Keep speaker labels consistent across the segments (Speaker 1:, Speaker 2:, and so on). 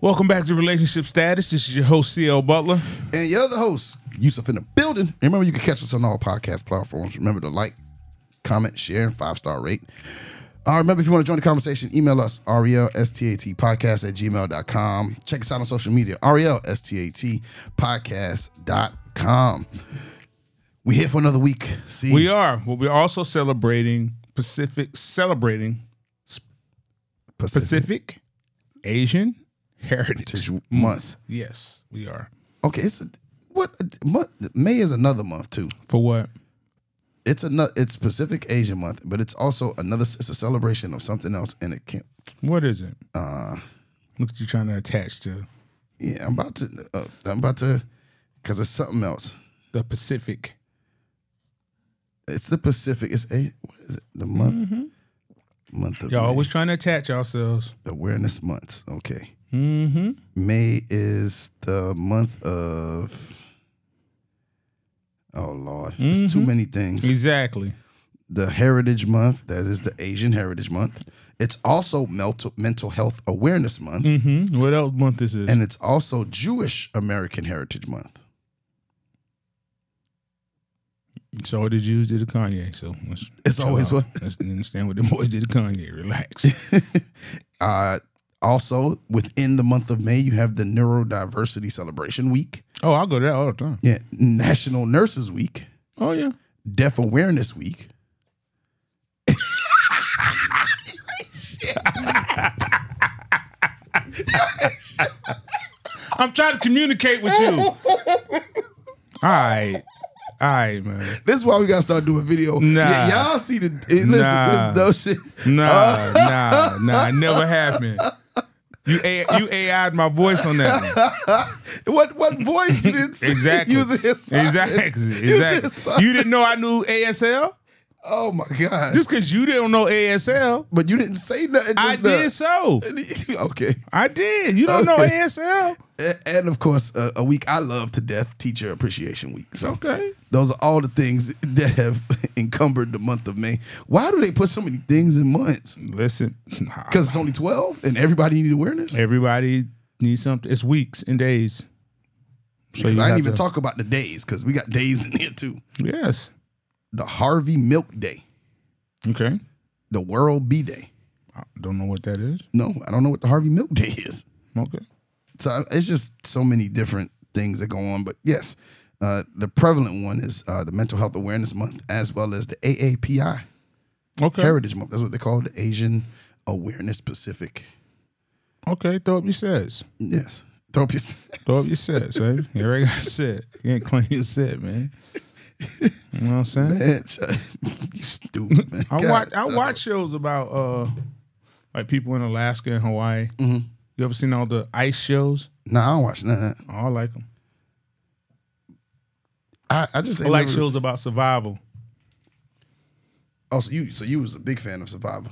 Speaker 1: Welcome back to Relationship Status. This is your host, CL Butler.
Speaker 2: And your other host, Yusuf in the building. And remember, you can catch us on all podcast platforms. Remember to like, comment, share, and five star rate. Uh, remember, if you want to join the conversation, email us, E RELSTAT podcast at gmail.com. Check us out on social media, E RELSTAT podcast.com. we here for another week. See,
Speaker 1: We are, but we're also celebrating Pacific, celebrating Pacific Asian Heritage.
Speaker 2: Heritage Month.
Speaker 1: Yes, we are.
Speaker 2: Okay, it's a, what a month. May is another month, too.
Speaker 1: For what?
Speaker 2: It's another. It's Pacific Asian Month, but it's also another. It's a celebration of something else, and it can't.
Speaker 1: What is it? Uh, Look at you trying to attach to
Speaker 2: Yeah, I'm about to. Uh, I'm about to, because it's something else.
Speaker 1: the Pacific.
Speaker 2: It's the Pacific. It's a what is it? The month, month of
Speaker 1: Y'all
Speaker 2: May.
Speaker 1: always trying to attach yourselves.
Speaker 2: awareness months. Okay. Mm-hmm. May is the month of. Oh Lord, it's
Speaker 1: Mm-hmm.
Speaker 2: too many things.
Speaker 1: Exactly.
Speaker 2: The Heritage Month. That is the Asian Heritage Month. It's also mental mental health awareness month,
Speaker 1: hmm What else month this is?
Speaker 2: and it's also Jewish American Heritage Month.
Speaker 1: so the Jews did to Kanye. So let's,
Speaker 2: It's always what.
Speaker 1: let's understand what the boys did to Kanye. Relax.
Speaker 2: Uh, also, within the month of May, you have the Neurodiversity Celebration Week,
Speaker 1: oh, I'll go to that all the time.
Speaker 2: yeah, National Nurses Week,
Speaker 1: Oh yeah.
Speaker 2: Deaf Awareness Week.
Speaker 1: I'm trying to communicate with you. All right. All right, man.
Speaker 2: This is why we gotta start doing video.
Speaker 1: Nah.
Speaker 2: Y- y'all see the eh, listen,
Speaker 1: Nah.
Speaker 2: this dumb shit. Uh.
Speaker 1: Nah, nah, nah. It never happened. You A- you AI'd my voice on that one.
Speaker 2: What what voice you didn't see?
Speaker 1: Exactly.
Speaker 2: Using his side.
Speaker 1: Exactly.
Speaker 2: Using his side.
Speaker 1: Exactly. You didn't know I knew ASL?
Speaker 2: oh my god!
Speaker 1: Just because you didn't know ASL,
Speaker 2: but you didn't say nothing.
Speaker 1: I
Speaker 2: just
Speaker 1: did so.
Speaker 2: the- okay,
Speaker 1: I did. You don't know
Speaker 2: Okay.
Speaker 1: ASL?
Speaker 2: A- and of course, uh, a week I love to death, Teacher Appreciation Week. So
Speaker 1: Okay.
Speaker 2: Those are all the things that have encumbered the month of May. Why do they put so many things in months?
Speaker 1: Listen,
Speaker 2: Because it's only 12 and everybody needs awareness?
Speaker 1: everybody needs something. It's weeks and days. So
Speaker 2: 'Cause
Speaker 1: you
Speaker 2: I
Speaker 1: have
Speaker 2: didn't even
Speaker 1: to-
Speaker 2: talk about the days because we got days in here too.
Speaker 1: Yes.
Speaker 2: The Harvey Milk Day,
Speaker 1: Okay.
Speaker 2: the World Bee Day.
Speaker 1: I don't know what that is.
Speaker 2: No, I don't know what the Harvey Milk Day is.
Speaker 1: Okay.
Speaker 2: So I- it's just so many different things that go on. But yes, uh, the prevalent one is uh, the Mental Health Awareness Month as well as the AAPI,
Speaker 1: Okay.
Speaker 2: Heritage Month. That's what they call the Asian Awareness Pacific.
Speaker 1: Okay, throw up your sets.
Speaker 2: Yes. Throw up your-
Speaker 1: Throw up your sets, right? You already got a set. You ain't claim your set, man. You know what I'm saying?
Speaker 2: Man, Chuck, you stupid. Man.
Speaker 1: I
Speaker 2: God, uh-huh.
Speaker 1: watch I
Speaker 2: dog.
Speaker 1: watch shows about uh like people in Alaska and Hawaii.
Speaker 2: Mm-hmm.
Speaker 1: You ever seen all the ice shows?
Speaker 2: Nah, I don't watch none. of that.
Speaker 1: Oh, I like them.
Speaker 2: I, I just
Speaker 1: I
Speaker 2: ain't
Speaker 1: like
Speaker 2: never-
Speaker 1: shows about survival.
Speaker 2: Oh, so you so you was a big fan of Survivor.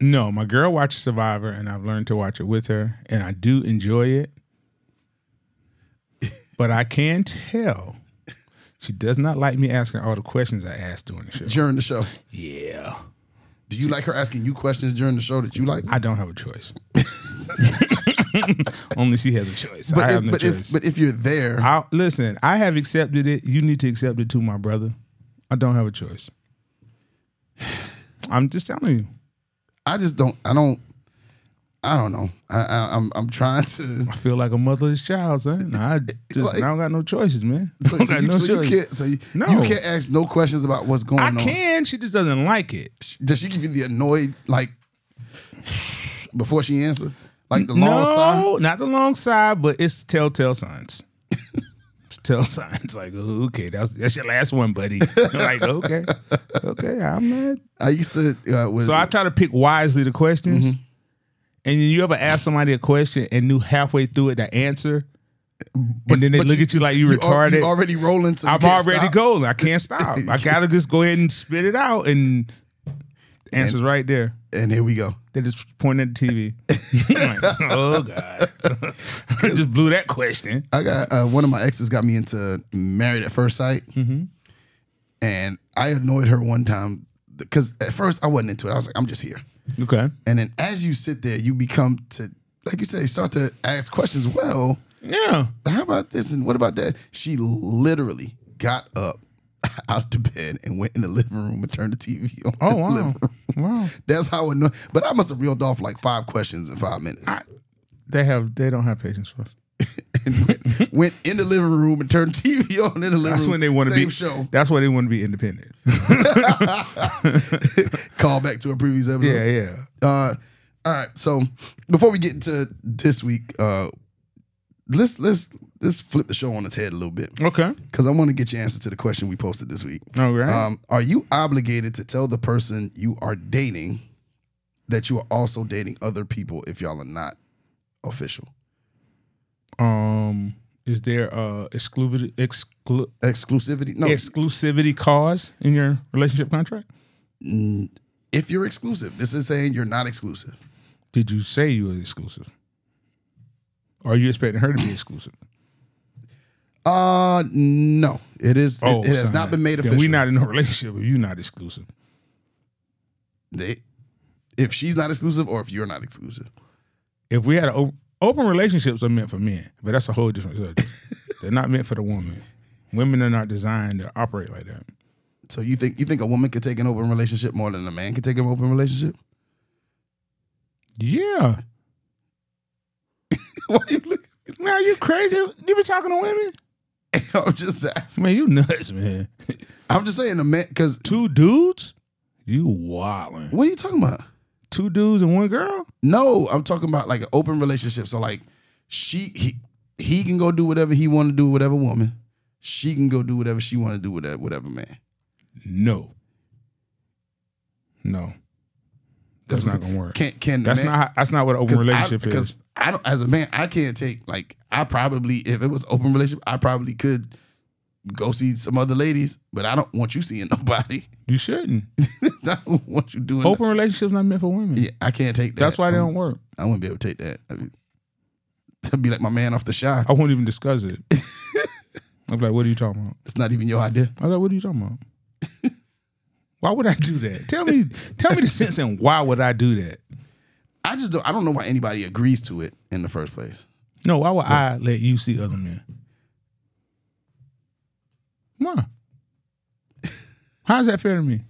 Speaker 1: No, my girl watches Survivor, and I've learned to watch it with her, and I do enjoy it. but I can tell she does not like me asking all the questions I asked during the show.
Speaker 2: During the show,
Speaker 1: Yeah.
Speaker 2: do you like her asking you questions during the show that you like?
Speaker 1: I don't have a choice. Only she has a choice. I
Speaker 2: but
Speaker 1: have
Speaker 2: if,
Speaker 1: no
Speaker 2: but
Speaker 1: choice.
Speaker 2: if but if you're there,
Speaker 1: I, listen, I have accepted it. You need to accept it too, my brother. I don't have a choice. I'm just telling you.
Speaker 2: I just don't. I don't. I don't know. I, I I'm I'm trying to.
Speaker 1: I feel like a motherless child, son. I just
Speaker 2: Like-
Speaker 1: I don't got no choices, man.
Speaker 2: So,
Speaker 1: I don't
Speaker 2: so
Speaker 1: got
Speaker 2: you,
Speaker 1: no
Speaker 2: so you
Speaker 1: choice.
Speaker 2: can't. So you,
Speaker 1: No.
Speaker 2: you can't ask no questions about what's going
Speaker 1: I
Speaker 2: on.
Speaker 1: can. She just doesn't like it.
Speaker 2: Does she give you the annoyed like before she answer? Like the long sigh.
Speaker 1: no, not the long side, but it's telltale signs. it's tell signs like, okay, that's that's your last one, buddy. like, okay, okay, I'm not.
Speaker 2: I used to. Uh, with,
Speaker 1: So I try to pick wisely the questions.
Speaker 2: Mm-hmm.
Speaker 1: And then you ever ask somebody a question and knew halfway through it the answer, and then they
Speaker 2: but
Speaker 1: look at you like you,
Speaker 2: you al-
Speaker 1: retarded.
Speaker 2: You already rolling. So you
Speaker 1: I'm
Speaker 2: can't
Speaker 1: already
Speaker 2: stop.
Speaker 1: going. I can't stop. I gotta just go ahead and spit it out, and the answers right there.
Speaker 2: And here we go.
Speaker 1: They just point at the TV. Like, oh God. just blew that question.
Speaker 2: I got uh, one of my exes got me into married at first sight,
Speaker 1: Mm-hmm.
Speaker 2: and I annoyed her one time because at first I wasn't into it. I was like, I'm just here.
Speaker 1: Okay.
Speaker 2: And then as you sit there, you become to like you said, you start to ask questions. Well,
Speaker 1: Yeah.
Speaker 2: how about this and what about that? She literally got up out the bed and went in the living room and turned the TV on.
Speaker 1: Oh
Speaker 2: in the
Speaker 1: wow.
Speaker 2: living room.
Speaker 1: Wow.
Speaker 2: That's how annoying. But I must have reeled off like five questions in five minutes.
Speaker 1: They have they don't have patience for us.
Speaker 2: and went, went in the living room and turned TV on in the living room.
Speaker 1: That's when they want to
Speaker 2: Mm-hmm. Same
Speaker 1: be
Speaker 2: show.
Speaker 1: That's why they want to be independent.
Speaker 2: Call back to a previous episode.
Speaker 1: yeah, yeah.
Speaker 2: Uh, all right. So before we get into this week, uh, let's let's let's flip the show on its head a little bit
Speaker 1: Okay.
Speaker 2: because I want to get your answer to the question we posted this week.
Speaker 1: All right.
Speaker 2: Um, are you obligated to tell the person you are dating that you are also dating other people if y'all are not official?
Speaker 1: um is there uh exclusivity exclu-
Speaker 2: Exclusivity? No.
Speaker 1: exclusivity clause in your relationship contract?
Speaker 2: If you're exclusive, this is saying you're not exclusive.
Speaker 1: Did you say you were exclusive? Or are you expecting her to be exclusive?
Speaker 2: Uh, no. It is. it- it, has
Speaker 1: Oh, son,
Speaker 2: not been made
Speaker 1: then
Speaker 2: official.
Speaker 1: We not in a relationship. If you not exclusive.
Speaker 2: They- if she's not exclusive, or if you're not exclusive.
Speaker 1: If we had a, o- open relationships are meant for men, but that's a whole different subject. They're not meant for the woman. Women are not designed to operate like that.
Speaker 2: So you think you think a woman could take an open relationship more than a man could take an open relationship?
Speaker 1: Yeah.
Speaker 2: Why you look-
Speaker 1: Now you crazy? You been talking to women?
Speaker 2: I'm just asking.
Speaker 1: Man, you nuts, man.
Speaker 2: I'm just saying a man because
Speaker 1: Two dudes? You wildin'.
Speaker 2: what are you talking about?
Speaker 1: Two dudes and one girl?
Speaker 2: No, I'm talking about like an open relationship. So like she he he can go do whatever he want to do, whatever woman. She can go do whatever she want to do with that whatever man.
Speaker 1: No. No. That's
Speaker 2: That's
Speaker 1: not gonna work.
Speaker 2: Can can the
Speaker 1: That's
Speaker 2: man,
Speaker 1: not how, that's not what an open relationship
Speaker 2: because
Speaker 1: is.
Speaker 2: I don't as a man I can't take like I probably if it was open relationship I probably could go see some other ladies, but I don't want you seeing nobody.
Speaker 1: You shouldn't.
Speaker 2: I don't want you doing.
Speaker 1: Open relationships not meant for women.
Speaker 2: Yeah, I can't take that.
Speaker 1: That's why they
Speaker 2: I'm-
Speaker 1: don't work.
Speaker 2: I wouldn't be able to take that. I mean, that'd be like my man off the shy.
Speaker 1: I won't even discuss it. I'm like, what are you talking about?
Speaker 2: It's not even your idea.
Speaker 1: I was like, what are you talking about? why would I do that? Tell me, tell me the sense and why would I do that?
Speaker 2: I just don't. I don't know why anybody agrees to it in the first place.
Speaker 1: No, why would I let you see other men? Why? How does that fair to me?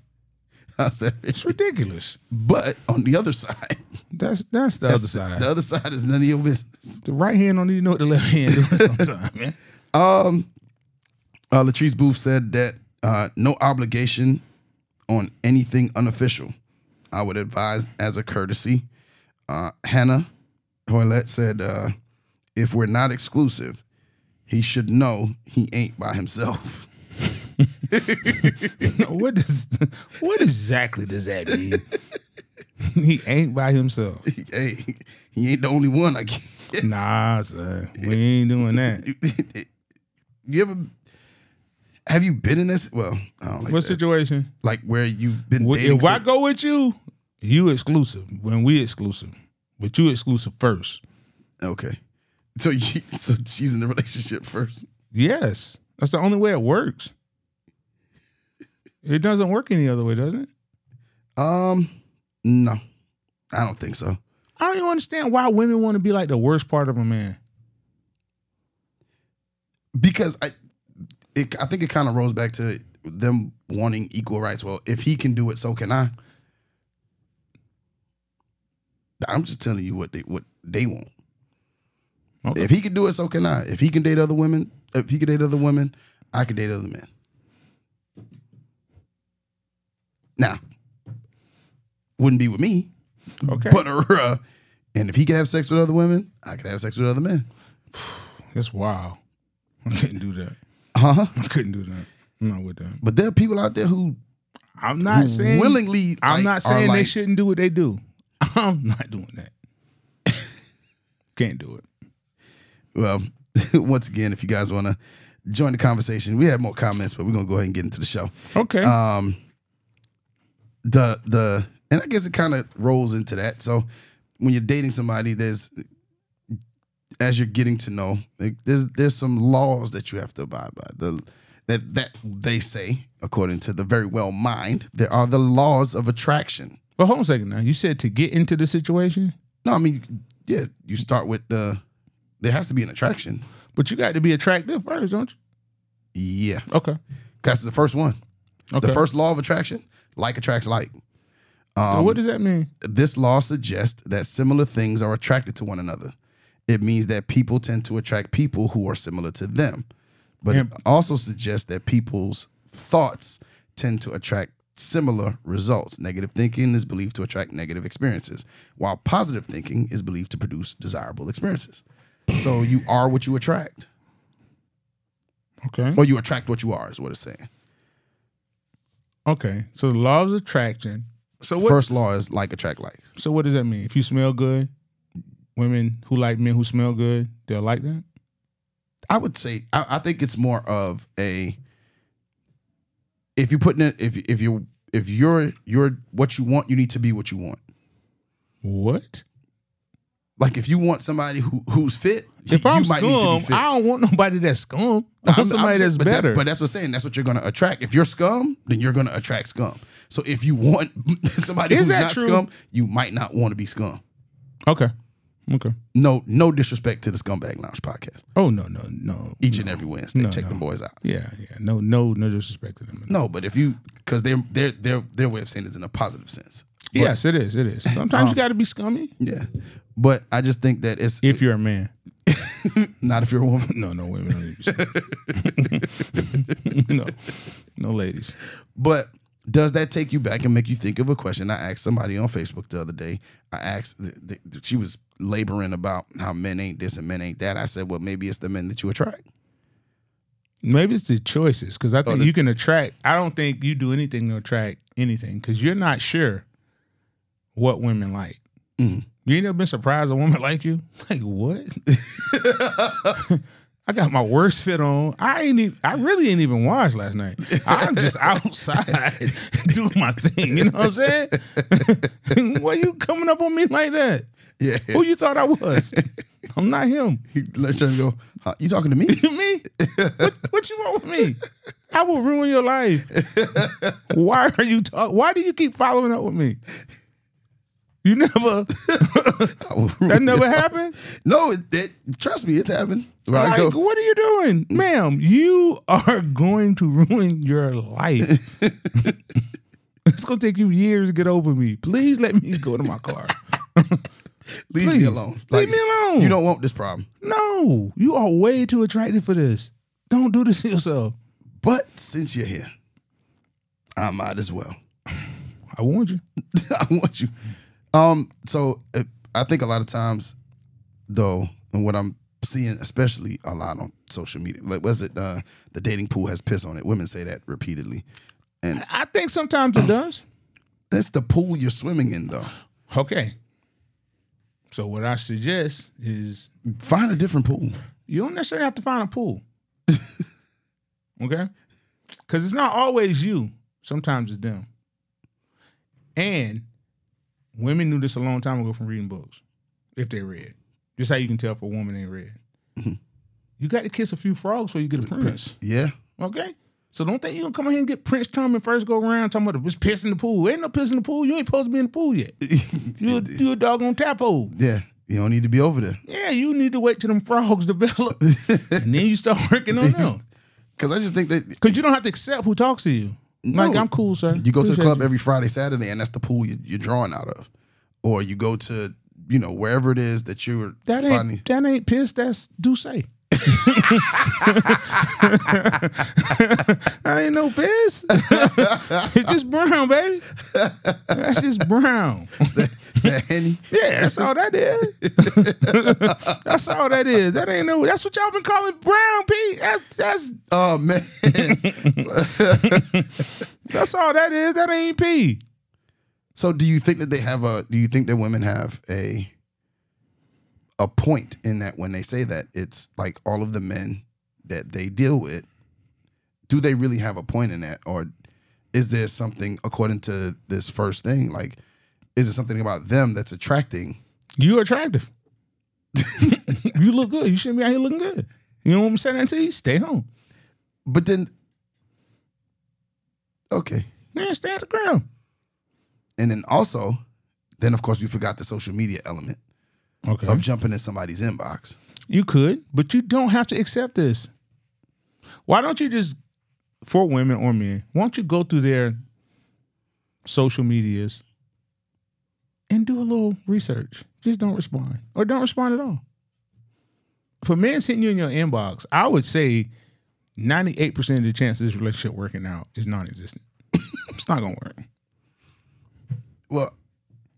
Speaker 2: How's that? fair?
Speaker 1: It's ridiculous.
Speaker 2: But on the other side,
Speaker 1: That's that's the other side.
Speaker 2: the other side is none of your business.
Speaker 1: The right hand don't even know what the left hand doing sometimes, man.
Speaker 2: Um, uh, Latrice Booth said that uh, no obligation on anything unofficial. I would advise as a courtesy. Uh, Hannah Hoylett said, uh, if we're not exclusive, he should know he ain't by himself.
Speaker 1: what does what exactly does that mean? he ain't by himself.
Speaker 2: hey, he ain't the only one. I guess.
Speaker 1: Nah, son. We ain't doing that.
Speaker 2: You, you ever have you been in this? Well, I don't like
Speaker 1: What
Speaker 2: that.
Speaker 1: situation?
Speaker 2: like where you've been
Speaker 1: Well,
Speaker 2: dating.
Speaker 1: if I
Speaker 2: some-
Speaker 1: go with you, you exclusive. When we exclusive. But you exclusive first.
Speaker 2: okay, so you, so she's in the relationship first.
Speaker 1: Yes. That's the only way it works. It doesn't work any other way, does it?
Speaker 2: Um, no, I don't think so.
Speaker 1: I don't even understand why women want to be like the worst part of a man.
Speaker 2: Because I, it, I think it kind of rolls back to them wanting equal rights. Well, if he can do it, so can I. I'm just telling you what they what they want.
Speaker 1: Okay.
Speaker 2: If he can do it, so can I. If he can date other women, if he can date other women, I can date other men. Now, wouldn't be with me,
Speaker 1: Okay.
Speaker 2: but uh, and if he can have sex with other women, I could have sex with other men.
Speaker 1: That's wild. I couldn't do that.
Speaker 2: Huh?
Speaker 1: I couldn't do that. I'm not with that.
Speaker 2: Uh-huh. But there are people out there who
Speaker 1: I'm not saying
Speaker 2: willingly.
Speaker 1: I'm
Speaker 2: like,
Speaker 1: not
Speaker 2: are
Speaker 1: saying they
Speaker 2: like,
Speaker 1: shouldn't do what they do. I'm not doing that. Can't do it.
Speaker 2: Well, once again, if you guys want to join the conversation, we have more comments, but we're gonna go ahead and get into the show.
Speaker 1: Okay.
Speaker 2: um the the and I guess it kind of rolls into that. So when you're dating somebody, there's as you're getting to know, like, there's there's some laws that you have to abide by. The that that they say, according to the very well mind, there are the laws of attraction.
Speaker 1: Well, hold on a second now. You said to get into the situation,
Speaker 2: No, I mean, yeah, you start with the. There has to be an attraction.
Speaker 1: but you got to be attractive first, don't you?
Speaker 2: Yeah,
Speaker 1: Okay.
Speaker 2: that's the first one.
Speaker 1: Okay.
Speaker 2: The first law of attraction: like attracts like.
Speaker 1: So
Speaker 2: Um,
Speaker 1: what does that mean?
Speaker 2: This law suggests that similar things are attracted to one another. It means that people tend to attract people who are similar to them. But it
Speaker 1: Yeah.
Speaker 2: also suggests that people's thoughts tend to attract similar results. Negative thinking is believed to attract negative experiences, while positive thinking is believed to produce desirable experiences. So you are what you attract,
Speaker 1: Okay.
Speaker 2: or you attract what you are, is what it's saying.
Speaker 1: Okay. So the law of attraction. So what?
Speaker 2: First law is like attract like.
Speaker 1: So what does that mean? If you smell good, women who like men who smell good, they'll like that.
Speaker 2: I would say I, I think it's more of a if you're putting it if if you if you're you're what you want, you need to be what you want.
Speaker 1: What?
Speaker 2: Like if you want somebody who who's fit,
Speaker 1: If
Speaker 2: you
Speaker 1: I'm
Speaker 2: might need
Speaker 1: scum,
Speaker 2: to be fit.
Speaker 1: I don't want nobody that's scum. I want
Speaker 2: I'm- I'm
Speaker 1: somebody
Speaker 2: saying-
Speaker 1: that's
Speaker 2: but that-
Speaker 1: better.
Speaker 2: but that's what I'm saying. That's what you're gonna attract. If you're scum, then you're gonna attract scum. So if you want somebody
Speaker 1: Is
Speaker 2: who's
Speaker 1: that
Speaker 2: not
Speaker 1: true?
Speaker 2: scum, you might not want to be scum.
Speaker 1: okay. Okay.
Speaker 2: No, no disrespect to the Scumbag Lounge podcast.
Speaker 1: Oh no no no.
Speaker 2: Each and every Wednesday,
Speaker 1: No,
Speaker 2: check
Speaker 1: no.
Speaker 2: them boys out.
Speaker 1: Yeah yeah. No no no disrespect to them.
Speaker 2: No, but if you because their their their their way of saying it is in a positive sense.
Speaker 1: yes it is it is. Sometimes
Speaker 2: Um,
Speaker 1: you got to be scummy
Speaker 2: Yeah, but I just think that it's
Speaker 1: if you're a man.
Speaker 2: not if you're a woman,
Speaker 1: No no women don't need to be scummy. no no ladies.
Speaker 2: but does that take you back and make you think of a question I asked somebody on Facebook the other day? I asked th- th- th- she was laboring about how men ain't this and men ain't that. I said, well, maybe it's the men that you attract.
Speaker 1: Maybe it's the choices because I think
Speaker 2: Oh, the-
Speaker 1: you can attract. I don't think you do anything to attract anything because you're not sure what women like.
Speaker 2: Mm-hmm.
Speaker 1: You ain't never been surprised a woman like you. Like what? I got my worst fit on. I ain't. Even, I really ain't even washed last night. I'm just outside doing my thing. You know what I'm saying? Why you coming up on me like that?
Speaker 2: Yeah,
Speaker 1: Who you thought I was? I'm not him.
Speaker 2: let's try to go. huh, you talking to me?
Speaker 1: me? What, what you want with me? I will ruin your life. Why are you talk? Why do you keep following up with me? You never that never happened.
Speaker 2: Oh, no, it, it, trust me, it's happened. Right?
Speaker 1: Like,
Speaker 2: go,
Speaker 1: what are you doing, ma'am? You are going to ruin your life. it's gonna take you years to get over me. Please let me go to my car.
Speaker 2: leave me
Speaker 1: please,
Speaker 2: alone.
Speaker 1: leave me alone.
Speaker 2: You don't want this problem.
Speaker 1: No, you are way too attractive for this. Don't do this to yourself.
Speaker 2: But since you're here, I might as well.
Speaker 1: I warned you.
Speaker 2: I want you. Um, so uh, I think a lot of times, though, and what I'm seeing, especially a lot on social media, like was it uh, the dating pool has piss on it? Women say that repeatedly.
Speaker 1: I think sometimes it does.
Speaker 2: That's the pool you're swimming in, though.
Speaker 1: Okay. So what I suggest is
Speaker 2: Find a different pool.
Speaker 1: you don't necessarily have to find a pool. okay? Cause it's not always you. Sometimes it's them. And women knew this a long time ago from reading books, if they read. Just how you can tell if a woman ain't read. You got to kiss a few frogs before you get a prince.
Speaker 2: Yeah,
Speaker 1: Okay? So don't think you're gonna come in here and get Prince Charming first go around talking about was piss in the pool. Ain't no piss in the pool. You ain't supposed to be in the pool yet. you a, you a doggone tapo.
Speaker 2: yeah. You don't need to be over there.
Speaker 1: Yeah, you need to wait till them frogs develop, and then you start working on them.
Speaker 2: Cause I just think that
Speaker 1: Cause you don't have to accept who talks to you. Like
Speaker 2: No.
Speaker 1: I'm cool, sir.
Speaker 2: you go to the
Speaker 1: Appreciate
Speaker 2: club
Speaker 1: you.
Speaker 2: every Friday, Saturday, and that's the pool you, you're drawing out of, or you go to you know wherever it is that you're
Speaker 1: That ain't
Speaker 2: finding.
Speaker 1: that ain't piss. That's do say. I ain't no piss. it's just brown, baby. That's just brown.
Speaker 2: Is that Henny?
Speaker 1: Yeah, that's all that is. that's all that is. That ain't no. That's what y'all been calling brown pee. That's that's
Speaker 2: Oh man,
Speaker 1: that's all that is. That ain't pee.
Speaker 2: So do you think that they have a do you think that women have a a point in that when they say that it's like all of the men that they deal with do they really have a point in that or is there something according to this first thing like is it something about them that's attracting
Speaker 1: You attractive. you look good. You shouldn't be out here looking good. You know what I'm saying to you? Stay home.
Speaker 2: But then, okay.
Speaker 1: Man, stay at the ground.
Speaker 2: And then also, then of course we forgot the social media element
Speaker 1: Okay.
Speaker 2: of jumping in somebody's inbox.
Speaker 1: You could, but you don't have to accept this. Why don't you just, for women or men, why don't you go through their social medias and do a little research? Just don't respond or don't respond at all. For men hitting you in your inbox, I would say 98% of the chance this relationship working out is non existent. it's not going to work.
Speaker 2: Well,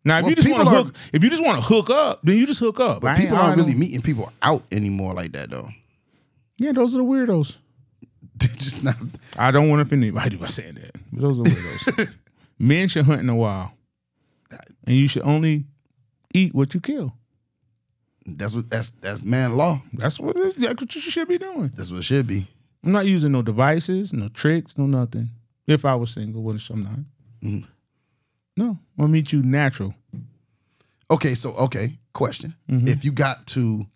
Speaker 1: Now, if
Speaker 2: Well,
Speaker 1: you just want to
Speaker 2: people are-
Speaker 1: hook, if you just want to hook up, then you just hook up. I
Speaker 2: but
Speaker 1: ain't-
Speaker 2: people
Speaker 1: I
Speaker 2: aren't
Speaker 1: don't-
Speaker 2: really meeting people out anymore like that though.
Speaker 1: Yeah, those are the weirdos.
Speaker 2: They're just not.
Speaker 1: I don't want to offend anybody by saying that. But those are weirdos. Men should hunt in the wild. And you should only eat what you kill.
Speaker 2: That's what that's that's man law.
Speaker 1: That's what it is. that's what you should be doing.
Speaker 2: That's what it should be.
Speaker 1: I'm not using no devices, no tricks, no nothing. If I was single, which I'm not.
Speaker 2: Mhm.
Speaker 1: No. I'll meet you natural.
Speaker 2: Okay, so okay, question. If you got to,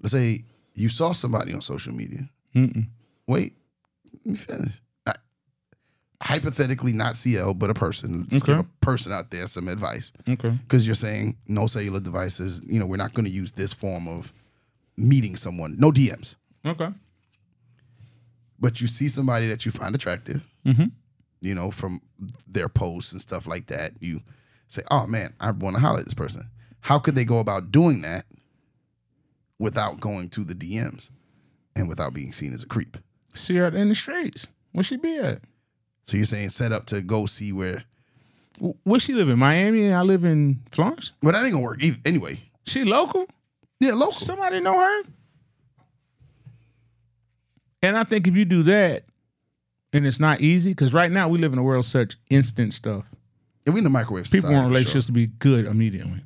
Speaker 2: let's say you saw somebody on social media.
Speaker 1: Mm-mm.
Speaker 2: Wait, let me finish. I, hypothetically, not CL, but a person. Let's give
Speaker 1: Okay.
Speaker 2: a person out there some advice
Speaker 1: Okay.
Speaker 2: because you're saying no cellular devices. You know, we're not going to use this form of meeting someone. No DMs,
Speaker 1: Okay.
Speaker 2: but you see somebody that you find attractive.
Speaker 1: Mhm.
Speaker 2: You know, from their posts and stuff like that, you say, "Oh man, I want to holler at this person." How could they go about doing that without going to the DMs and without being seen as a creep?
Speaker 1: See her in the streets. Where she be at?
Speaker 2: So you're saying set up to go see where
Speaker 1: Wh- Where she live in? Miami and I live in Florence?
Speaker 2: But that ain't gonna work either. Anyway,
Speaker 1: She local?
Speaker 2: yeah, local.
Speaker 1: Somebody know her. And I think if you do that, and it's not easy, because right now we live in a world of such instant stuff.
Speaker 2: yeah, we in the microwave.
Speaker 1: People
Speaker 2: society
Speaker 1: want
Speaker 2: for sure.
Speaker 1: relationships to be good immediately.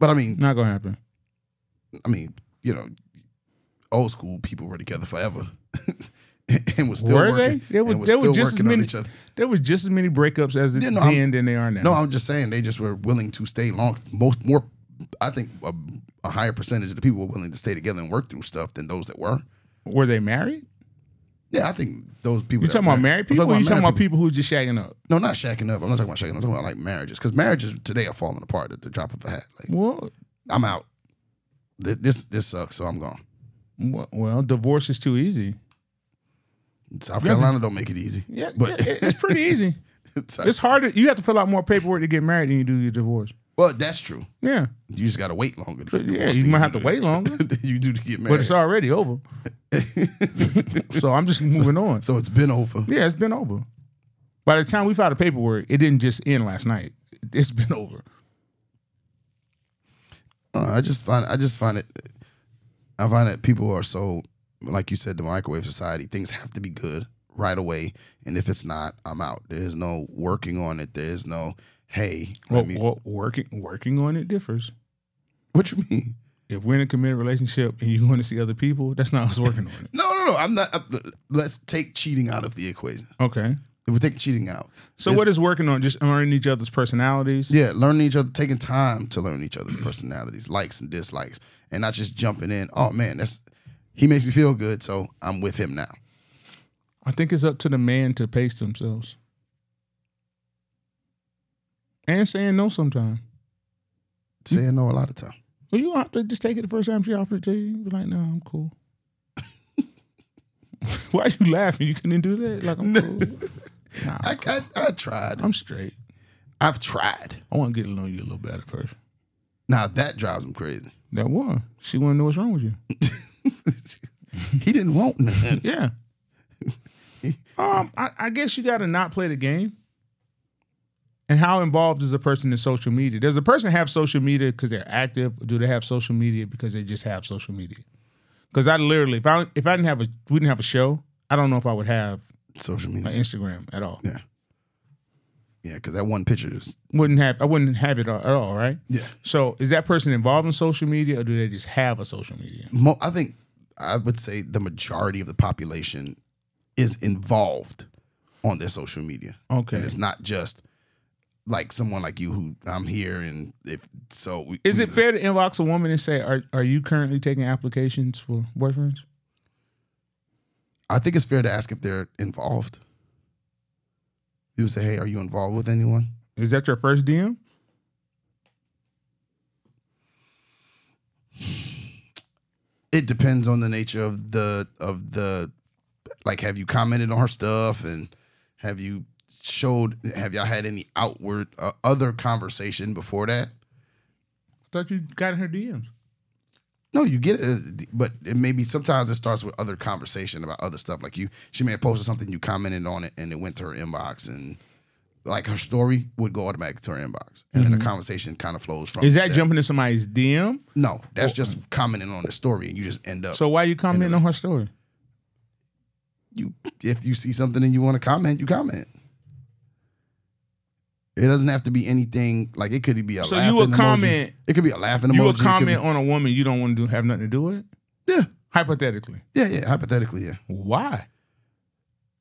Speaker 2: but I mean,
Speaker 1: Not gonna happen.
Speaker 2: I mean, you know, old school people were together forever, and was still
Speaker 1: Were
Speaker 2: working.
Speaker 1: they? They were-
Speaker 2: and was
Speaker 1: they were
Speaker 2: still
Speaker 1: just as
Speaker 2: working on
Speaker 1: many-
Speaker 2: each other.
Speaker 1: There was just as many breakups as it
Speaker 2: Yeah, no, I'm-
Speaker 1: then than they are now.
Speaker 2: No, I'm just saying they just were willing to stay long. Most more, I think a, a higher percentage of the people were willing to stay together and work through stuff than those that were.
Speaker 1: Were they married?
Speaker 2: Yeah, I think those people.
Speaker 1: You
Speaker 2: that
Speaker 1: talking
Speaker 2: were-
Speaker 1: about married
Speaker 2: I'm
Speaker 1: people? Or you talking
Speaker 2: married
Speaker 1: about people who just shagging up?
Speaker 2: No, not shacking up. I'm not talking about shacking. up. I'm talking about like marriages because marriages today are falling apart at the drop of a hat. Like
Speaker 1: Well,
Speaker 2: I'm out. Th- This this sucks, so I'm gone.
Speaker 1: wh- well, divorce is too easy.
Speaker 2: South
Speaker 1: Yeah,
Speaker 2: Carolina don't make it easy.
Speaker 1: Yeah,
Speaker 2: But-
Speaker 1: yeah, it- it's pretty easy.
Speaker 2: It's like-
Speaker 1: It's harder. You have to fill out more paperwork to get married than you do your divorce.
Speaker 2: well, that's true.
Speaker 1: Yeah,
Speaker 2: You just gotta wait longer. To get
Speaker 1: yeah.
Speaker 2: divorced
Speaker 1: You
Speaker 2: than
Speaker 1: might have to
Speaker 2: do
Speaker 1: wait longer.
Speaker 2: than you do to get
Speaker 1: but
Speaker 2: married.
Speaker 1: it's already over. so I'm just moving on.
Speaker 2: so it's been over.
Speaker 1: Yeah, it's been over. By the time we filed the paperwork, it didn't just end last night. It's been over.
Speaker 2: Uh, I just find I just find it. I find that people are so like you said, the microwave society. Things have to be good right away, and if it's not, I'm out. There's no working on it. There's no hey. Let
Speaker 1: Well,
Speaker 2: me,
Speaker 1: well, working working on it differs.
Speaker 2: what you mean?
Speaker 1: If we're in a committed relationship and you want to see other people, that's not us working on it.
Speaker 2: No, no, no. I'm not. I'm- let's take cheating out of the equation.
Speaker 1: Okay.
Speaker 2: If we take cheating out,
Speaker 1: So
Speaker 2: It's-
Speaker 1: what is working on? Just learning each other's personalities.
Speaker 2: Yeah, learning each other, taking time to learn each other's personalities, likes and dislikes, and not just jumping in. Oh man, that's he makes me feel good, so I'm with him now.
Speaker 1: I think it's up to the man to pace themselves. And saying no sometimes.
Speaker 2: Saying no a lot of time.
Speaker 1: Well, you don't have to just take it the first time she offered it to you. You Be like, no, I'm cool. Why are you laughing? You couldn't do that. Like I'm cool. Nah, I'm,
Speaker 2: I,
Speaker 1: cool.
Speaker 2: I, I tried.
Speaker 1: I'm straight.
Speaker 2: I've tried.
Speaker 1: I want to get to know you a little better first.
Speaker 2: Now that drives him crazy.
Speaker 1: That one, she want to know what's wrong with you.
Speaker 2: he didn't want none.
Speaker 1: Yeah. um, I, I guess you got to not play the game. And how involved is a person in social media? Does a person have social media because they're active? Or do they have social media because they just have social media? Because I literally, if I if I didn't have a we didn't have a show, I don't know if I would have
Speaker 2: Social
Speaker 1: my
Speaker 2: media.
Speaker 1: Instagram at all.
Speaker 2: Yeah. Yeah, because that one picture is
Speaker 1: Wouldn't have I wouldn't have it at all, right?
Speaker 2: yeah.
Speaker 1: So is that person involved in social media or do they just have a social media?
Speaker 2: Mo- I think I would say the majority of the population is involved on their social media.
Speaker 1: Okay.
Speaker 2: And it's not just like someone like you who I'm here and if so we,
Speaker 1: Is it
Speaker 2: we-
Speaker 1: fair to inbox a woman and say, "Are are you currently taking applications for boyfriends?"
Speaker 2: I think it's fair to ask if they're involved. You would say, "Hey, are you involved with anyone?"
Speaker 1: Is that your first DM?
Speaker 2: It depends on the nature of the of the like have you commented on her stuff and have you showed have y'all had any outward uh, other conversation before that?
Speaker 1: I thought you got in her DMs.
Speaker 2: No, you get it, uh, but it maybe sometimes it starts with other conversation about other stuff. Like you, she may have posted something, you commented on it, and it went to her inbox, and like her story would go automatic to her inbox, and then the conversation kind of flows from.
Speaker 1: Mm-hmm. Is that jumping to somebody's DM?
Speaker 2: no? That's just commenting on the story, and you just end up.
Speaker 1: So why you commenting on her story?
Speaker 2: you if you see something and you want to comment, you comment. It doesn't have to be anything like it could be a
Speaker 1: So you
Speaker 2: laughing
Speaker 1: would
Speaker 2: emoji.
Speaker 1: comment-
Speaker 2: It could be a laughing emoji.
Speaker 1: You will
Speaker 2: it could be-
Speaker 1: comment on a woman you don't want to do have nothing to do with?
Speaker 2: yeah,
Speaker 1: Hypothetically.
Speaker 2: yeah, yeah. Hypothetically, yeah.
Speaker 1: Why?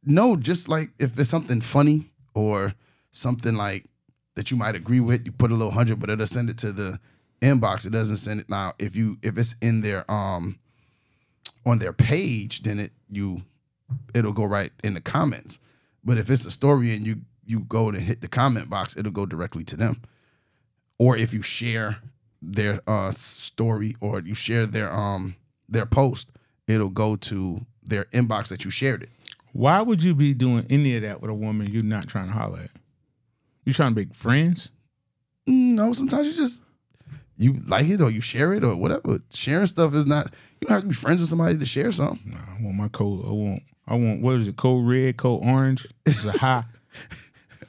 Speaker 2: No, just like if it's something funny or something like that you might agree with, you put a little hundred, but it'll send it to the inbox. It doesn't send it now. If you if it's in their um on their page, then it you it'll go right in the comments. But if it's a story and you you go to hit the comment box, it'll go directly to them. Or if you share their uh story or you share their um their post, it'll go to their inbox that you shared it.
Speaker 1: Why would you be doing any of that with a woman you're not trying to holler at? You trying to make friends?
Speaker 2: Mm, No, sometimes you just you like it or you share it or whatever. Sharing stuff is not you don't have to be friends with somebody to share something.
Speaker 1: Nah, I want my cold. I want. I want. What is it? Cold red, cold orange. This is a high.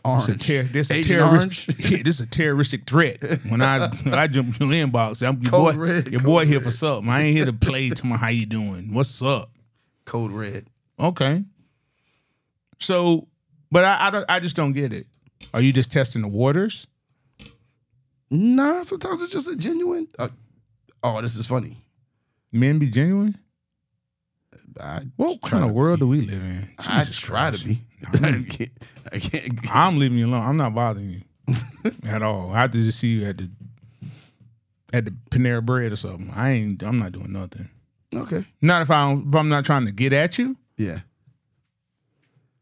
Speaker 2: Orange.
Speaker 1: It's a ter- this a
Speaker 2: Agent
Speaker 1: terrorist.
Speaker 2: Orange.
Speaker 1: Yeah, this is a terroristic threat. When I when I jump in your inbox, I'm your
Speaker 2: Code
Speaker 1: boy.
Speaker 2: red,
Speaker 1: your
Speaker 2: code
Speaker 1: boy here for something. I ain't here to play. Tell me how you doing. What's up?
Speaker 2: Code red.
Speaker 1: Okay. So, but I I, don't, I just don't get it. Are you just testing the waters?
Speaker 2: Nah, sometimes it's just a genuine uh, oh, this is funny.
Speaker 1: Men be genuine.
Speaker 2: I
Speaker 1: What
Speaker 2: try
Speaker 1: kind
Speaker 2: to-
Speaker 1: of world do we live in?
Speaker 2: I
Speaker 1: Jesus
Speaker 2: try
Speaker 1: Christ.
Speaker 2: to be. I can't, I can't
Speaker 1: I'm leaving you alone. I'm not bothering you at all. I have to just see you at the at the Panera Bread or something. I ain't. I'm not doing nothing.
Speaker 2: Okay.
Speaker 1: Not if I if I'm not trying to get at you.
Speaker 2: Yeah.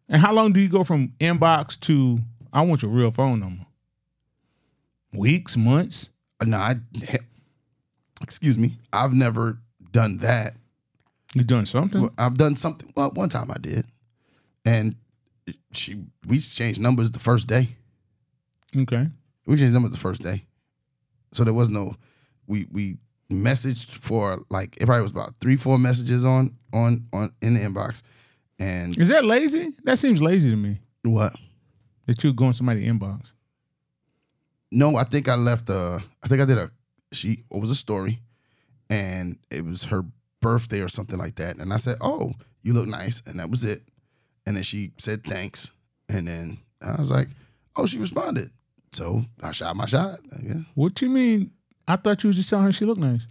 Speaker 1: And how long do you go from inbox to I want your real phone number? Weeks, months.
Speaker 2: No, Uh, I excuse me. I've never done that.
Speaker 1: You done something?
Speaker 2: Well, I've done something. Well, one time I did, and she we changed numbers the first day.
Speaker 1: Okay.
Speaker 2: We changed numbers the first day, so there was no. We we messaged for like it probably was about three four messages on on on in the inbox, and
Speaker 1: Is that lazy? That seems lazy to me.
Speaker 2: what?
Speaker 1: That you go in somebody's inbox.
Speaker 2: No, I think I left a. I think I did a. She it was a story, and it was her birthday or something like that. And I said, "Oh, you look nice," and that was it. And then she said thanks, and then I was like, "Oh, she responded." So I shot my shot. Yeah,
Speaker 1: What you mean? I thought you was just telling her she looked nice.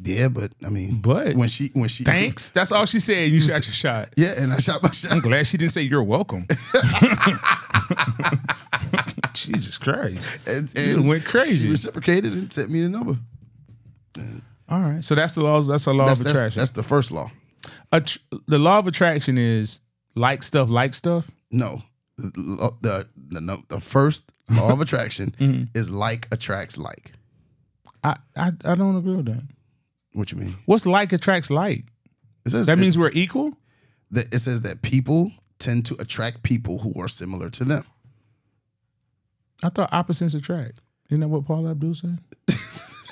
Speaker 2: yeah, but I mean,
Speaker 1: But
Speaker 2: when she when she
Speaker 1: thanks. That's all she said. You shot your shot.
Speaker 2: yeah, and I shot my shot.
Speaker 1: I'm glad she didn't say you're welcome. Jesus Christ.
Speaker 2: And,
Speaker 1: You done went crazy.
Speaker 2: She reciprocated and sent me the number.
Speaker 1: All right. So that's the laws. That's the law
Speaker 2: That's
Speaker 1: of
Speaker 2: that's,
Speaker 1: attraction.
Speaker 2: that's the first law.
Speaker 1: Att- the law of attraction is like stuff, like stuff.
Speaker 2: No, the the the, no, the first law of attraction
Speaker 1: Mm-hmm.
Speaker 2: is like attracts like.
Speaker 1: I, I I don't agree with that.
Speaker 2: What you mean?
Speaker 1: What's like attracts like?
Speaker 2: It says
Speaker 1: That
Speaker 2: it-
Speaker 1: means we're equal.
Speaker 2: that it says that people tend to attract people who are similar to them.
Speaker 1: I thought opposites attract. Isn't that what Paul Abdul said?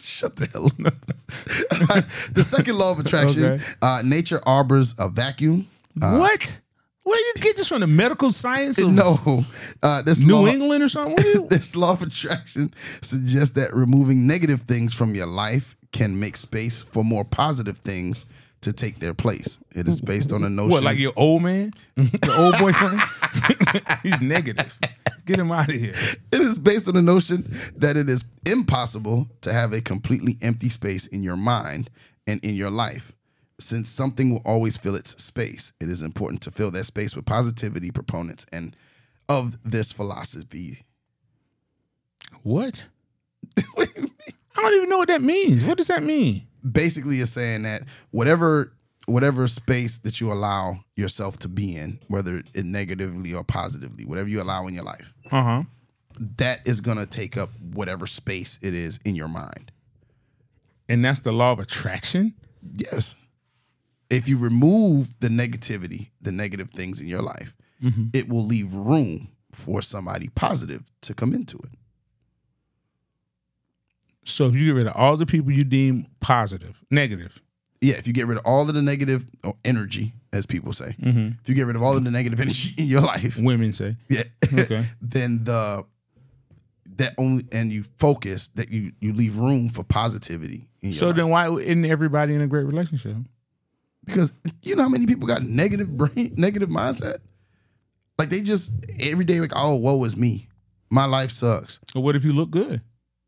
Speaker 2: Shut the hell up. the second law of attraction:
Speaker 1: Okay.
Speaker 2: uh, nature arbors a vacuum.
Speaker 1: what? Where you get this from? The medical science of
Speaker 2: Uh, No, uh, this
Speaker 1: New
Speaker 2: law,
Speaker 1: England or something? What do you?
Speaker 2: This law of attraction suggests that removing negative things from your life can make space for more positive things to take their place. It is based on a notion.
Speaker 1: what like your old man, your old boyfriend? He's negative. Get him out of here.
Speaker 2: It is based on the notion that it is impossible to have a completely empty space in your mind and in your life. Since something will always fill its space, it is important to fill that space with positivity proponents and of this philosophy.
Speaker 1: What? I don't even know what that means. What does that mean?
Speaker 2: basically is saying that whatever whatever space that you allow yourself to be in, whether it negatively or positively, whatever you allow in your life,
Speaker 1: Uh huh.
Speaker 2: that is gonna take up whatever space it is in your mind.
Speaker 1: And that's the law of attraction.
Speaker 2: Yes. If you remove the negativity, the negative things in your life, it will leave room for somebody positive to come into it.
Speaker 1: So if you get rid of all the people you deem positive, negative,
Speaker 2: Yeah, if you get rid of all of the negative or energy, as people say, if you get rid of all of the negative energy in your life,
Speaker 1: women say,
Speaker 2: yeah,
Speaker 1: Okay.
Speaker 2: then the that only and you focus that you you leave room for positivity. In your
Speaker 1: So
Speaker 2: life.
Speaker 1: then, why isn't everybody in a great relationship?
Speaker 2: because you know how many people got negative brain, negative mindset. Like they just every day like, oh, woe is me, my life sucks.
Speaker 1: Or what if you look good?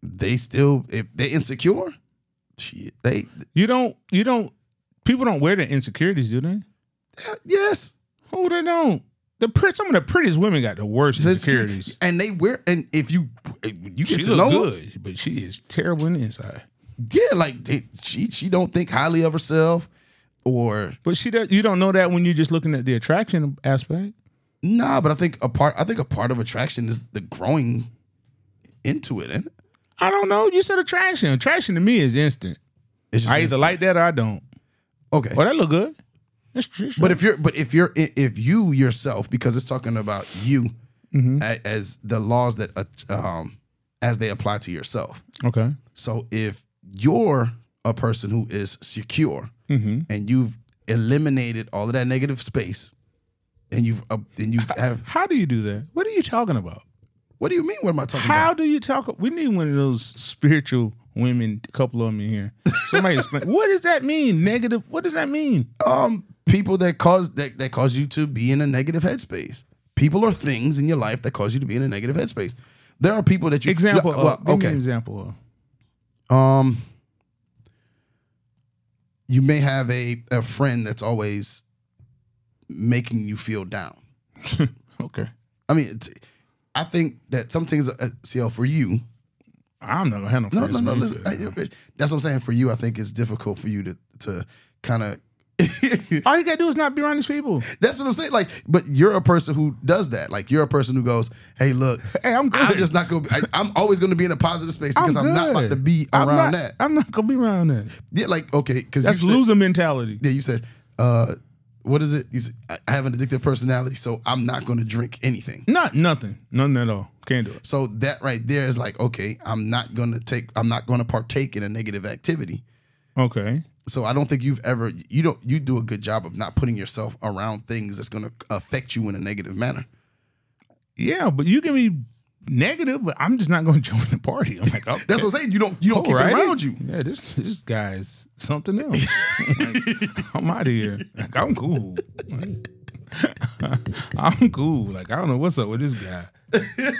Speaker 2: They still if they insecure, shit. They
Speaker 1: You don't. You don't. People don't wear their insecurities, do they?
Speaker 2: yes,
Speaker 1: Oh, they don't. The pre- some of the prettiest women got the worst
Speaker 2: They-
Speaker 1: insecurities.
Speaker 2: and they wear and if you you get
Speaker 1: She
Speaker 2: to know
Speaker 1: look
Speaker 2: her,
Speaker 1: good, but she is terrible in the inside.
Speaker 2: yeah, like they, she she don't think highly of herself or
Speaker 1: But she does. You don't know that when you're just looking at the attraction aspect.
Speaker 2: Nah, but I think a part I think a part of attraction is the growing into it, and
Speaker 1: I don't know. You said attraction. Attraction to me is instant.
Speaker 2: it's just
Speaker 1: I either like that or I don't.
Speaker 2: okay.
Speaker 1: Oh, that look good. That's true.
Speaker 2: But if you're but if you're if you yourself because it's talking about you
Speaker 1: Mm-hmm.
Speaker 2: a- as the laws that uh, um as they apply to yourself.
Speaker 1: okay.
Speaker 2: So if you're a person who is secure
Speaker 1: Mm-hmm.
Speaker 2: and you've eliminated all of that negative space, and you've uh, and you have
Speaker 1: How do you do that? What are you talking about?
Speaker 2: what do you mean? What am I talking
Speaker 1: How
Speaker 2: about?
Speaker 1: do you talk? We need one of those spiritual women, a couple of them in here. Somebody explain. What does that mean? Negative. What does that mean?
Speaker 2: um people that cause that, that cause you to be in a negative headspace. People or things in your life that cause you to be in a negative headspace. There are people that you
Speaker 1: Example.
Speaker 2: Well,
Speaker 1: of, give me an
Speaker 2: okay.
Speaker 1: example. Of.
Speaker 2: Um, you may have a a friend that's always making you feel down.
Speaker 1: Okay.
Speaker 2: I mean, it's, I think that some things, uh, CL, for you,
Speaker 1: I'm not gonna have no
Speaker 2: no,
Speaker 1: friends.
Speaker 2: no, no.
Speaker 1: man.
Speaker 2: Listen, I- that's what I'm saying. For you, I think it's difficult for you to to kind of.
Speaker 1: All you gotta do is not be around these people.
Speaker 2: That's what I'm saying. Like, but you're a person who does that. Like, you're a person who goes, "Hey, look,
Speaker 1: Hey, I'm good.
Speaker 2: I'm just not gonna. Be, I, I'm always gonna be in a positive space because I'm, not about
Speaker 1: good.
Speaker 2: to be
Speaker 1: I'm
Speaker 2: around
Speaker 1: not-
Speaker 2: that."
Speaker 1: I'm not gonna be around that.
Speaker 2: Yeah, like okay, because you
Speaker 1: That's
Speaker 2: said,
Speaker 1: loser mentality.
Speaker 2: yeah, you said, uh, what is it? You said, I I have an addictive personality, so I'm not gonna drink anything.
Speaker 1: Not nothing. Nothing at all. Can't do it.
Speaker 2: So that right there is like, okay, I'm not gonna take. I'm not gonna partake in a negative activity.
Speaker 1: Okay.
Speaker 2: So I don't think you've ever you don't you do a good job of not putting yourself around things that's gonna affect you in a negative manner.
Speaker 1: Yeah, but you can be negative, but I'm just not gonna join the party. I'm like, oh,
Speaker 2: That's what I'm saying. You don't you don't keep it
Speaker 1: Alrighty.
Speaker 2: around you.
Speaker 1: Yeah, this this guy's something else. Like, I'm out of here. Like I'm cool. Like, I'm cool. Like I don't know what's up with this guy.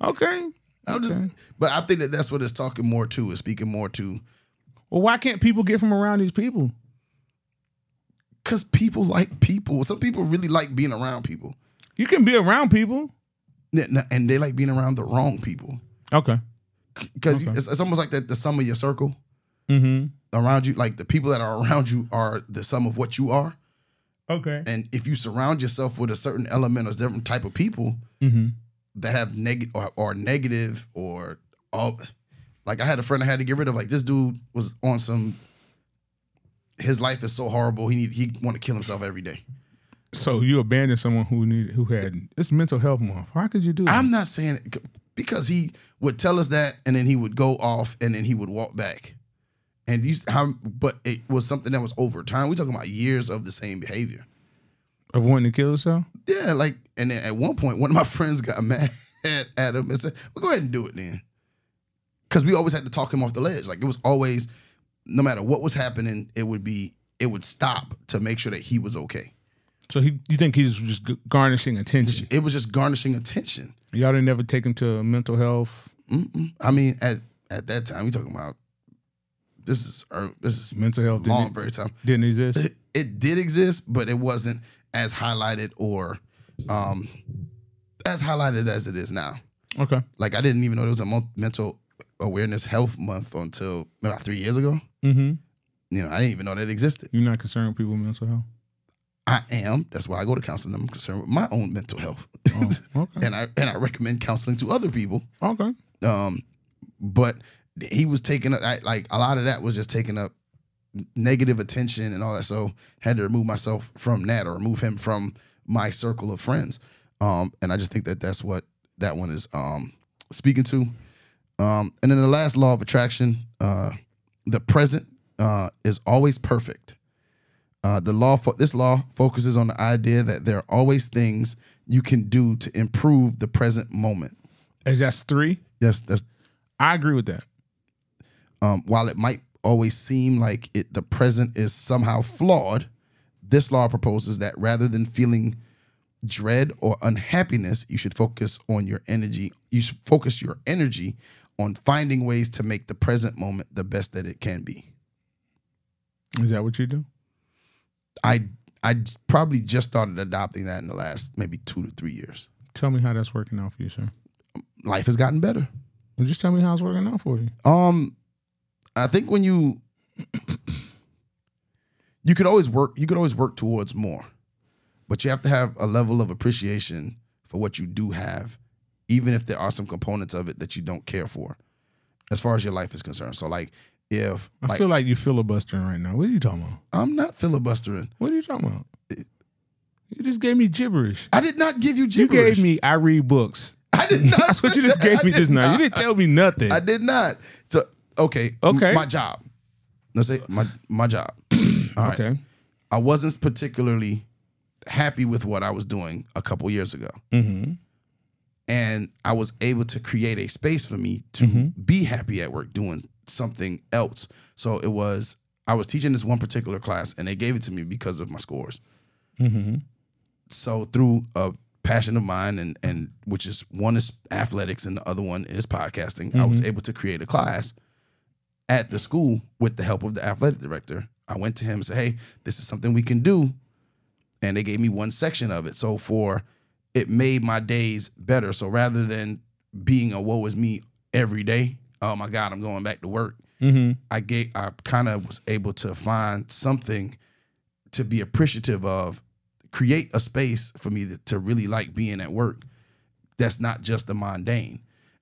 Speaker 1: Okay.
Speaker 2: I'm just, but I think that that's what it's talking more to. It's speaking more to
Speaker 1: Well, why can't people get from around these people?
Speaker 2: because people like people. Some people really like being around people,
Speaker 1: You can be around people.
Speaker 2: N- n- and they like being around the wrong people.
Speaker 1: Okay.
Speaker 2: Because it's, it's almost like that the sum of your circle
Speaker 1: Mm-hmm.
Speaker 2: around you, like the people that are around you are the sum of what you are.
Speaker 1: Okay.
Speaker 2: And if you surround yourself with a certain element or different type of people
Speaker 1: Mm-hmm.
Speaker 2: that have negative or, or negative or all, like I had a friend I had to get rid of. Like this dude was on some. His life is so horrible. He need he want to kill himself every day.
Speaker 1: So you abandoned someone who needed who had it's mental health month. How could you do that?
Speaker 2: I'm not saying it because he would tell us that, and then he would go off, and then he would walk back. And these, how, but it was something that was over time. We're talking about years of the same behavior.
Speaker 1: Of wanting to kill yourself?
Speaker 2: Yeah, like, and then at one point, one of my friends got mad at him and said, "Well, go ahead and do it then," because we always had to talk him off the ledge. Like it was always, no matter what was happening, it would be, it would stop to make sure that he was okay.
Speaker 1: So he, you think he's just g- garnishing attention?
Speaker 2: It was just garnishing attention.
Speaker 1: Y'all didn't ever take him to mental health,
Speaker 2: Mm-mm. I mean, at at that time, we talking about this is ear- this is
Speaker 1: mental health didn't-
Speaker 2: long very time.
Speaker 1: didn't exist.
Speaker 2: It, it did exist, but it wasn't as highlighted or um as highlighted as it is now.
Speaker 1: Okay.
Speaker 2: Like I didn't even know there was a mon- mental awareness health month until about three years ago.
Speaker 1: Mm-hmm.
Speaker 2: You know, I didn't even know that existed.
Speaker 1: You're not concerned with people with mental health.
Speaker 2: I am. That's why I go to counseling. I'm concerned with my own mental health,
Speaker 1: Oh, okay.
Speaker 2: and I and I recommend counseling to other people.
Speaker 1: Okay.
Speaker 2: Um, but he was taking up I, like a lot of that was just taking up negative attention and all that. So had to remove myself from that or remove him from my circle of friends. Um, and I just think that that's what that one is um speaking to. Um, and then the last law of attraction, uh, the present uh, is always perfect. Uh, the law fo- this law focuses on the idea that there are always things you can do to improve the present moment.
Speaker 1: Is that's three?
Speaker 2: Yes, that's
Speaker 1: I agree with that.
Speaker 2: um, while it might always seem like it the present is somehow flawed, this law proposes that rather than feeling dread or unhappiness, you should focus on your energy. You should focus your energy on finding ways to make the present moment the best that it can be.
Speaker 1: Is that what you do?
Speaker 2: I I probably just started adopting that in the last maybe two to three years.
Speaker 1: Tell me how that's working out for you, sir.
Speaker 2: Life has gotten better.
Speaker 1: Well, just tell me how it's working out for you.
Speaker 2: Um, I think when you you could always work, you could always work towards more, but you have to have a level of appreciation for what you do have, even if there are some components of it that you don't care for, as far as your life is concerned. So, like, if
Speaker 1: I
Speaker 2: like
Speaker 1: feel like you filibustering right now. What are you talking about?
Speaker 2: I'm not filibustering,
Speaker 1: What are you talking about? You just gave me gibberish.
Speaker 2: I did not give you
Speaker 1: You
Speaker 2: gibberish.
Speaker 1: gave me I read books.
Speaker 2: I did not.
Speaker 1: That's what
Speaker 2: say
Speaker 1: you just
Speaker 2: that.
Speaker 1: gave
Speaker 2: I
Speaker 1: me
Speaker 2: did
Speaker 1: just now. You
Speaker 2: not.
Speaker 1: didn't tell me nothing.
Speaker 2: I did not. So, okay, m-
Speaker 1: Okay.
Speaker 2: my job. Let's say my my job. All right.
Speaker 1: okay.
Speaker 2: I wasn't particularly happy with what I was doing a couple years ago.
Speaker 1: Mm-hmm.
Speaker 2: And I was able to create a space for me to be happy at work doing something else. So it was, I was teaching this one particular class and they gave it to me because of my scores.
Speaker 1: Mm-hmm.
Speaker 2: So through a passion of mine and and which is one is athletics and the other one is podcasting, I was able to create a class at the school with the help of the athletic director. I went to him and said, "Hey, this is something we can do," and they gave me one section of it. So for it made my days better. So rather than being a woe is me every day, oh my god, I'm going back to work.
Speaker 1: Mm-hmm.
Speaker 2: I gave I kind of was able to find something to be appreciative of, create a space for me to, to really like being at work. That's not just the mundane.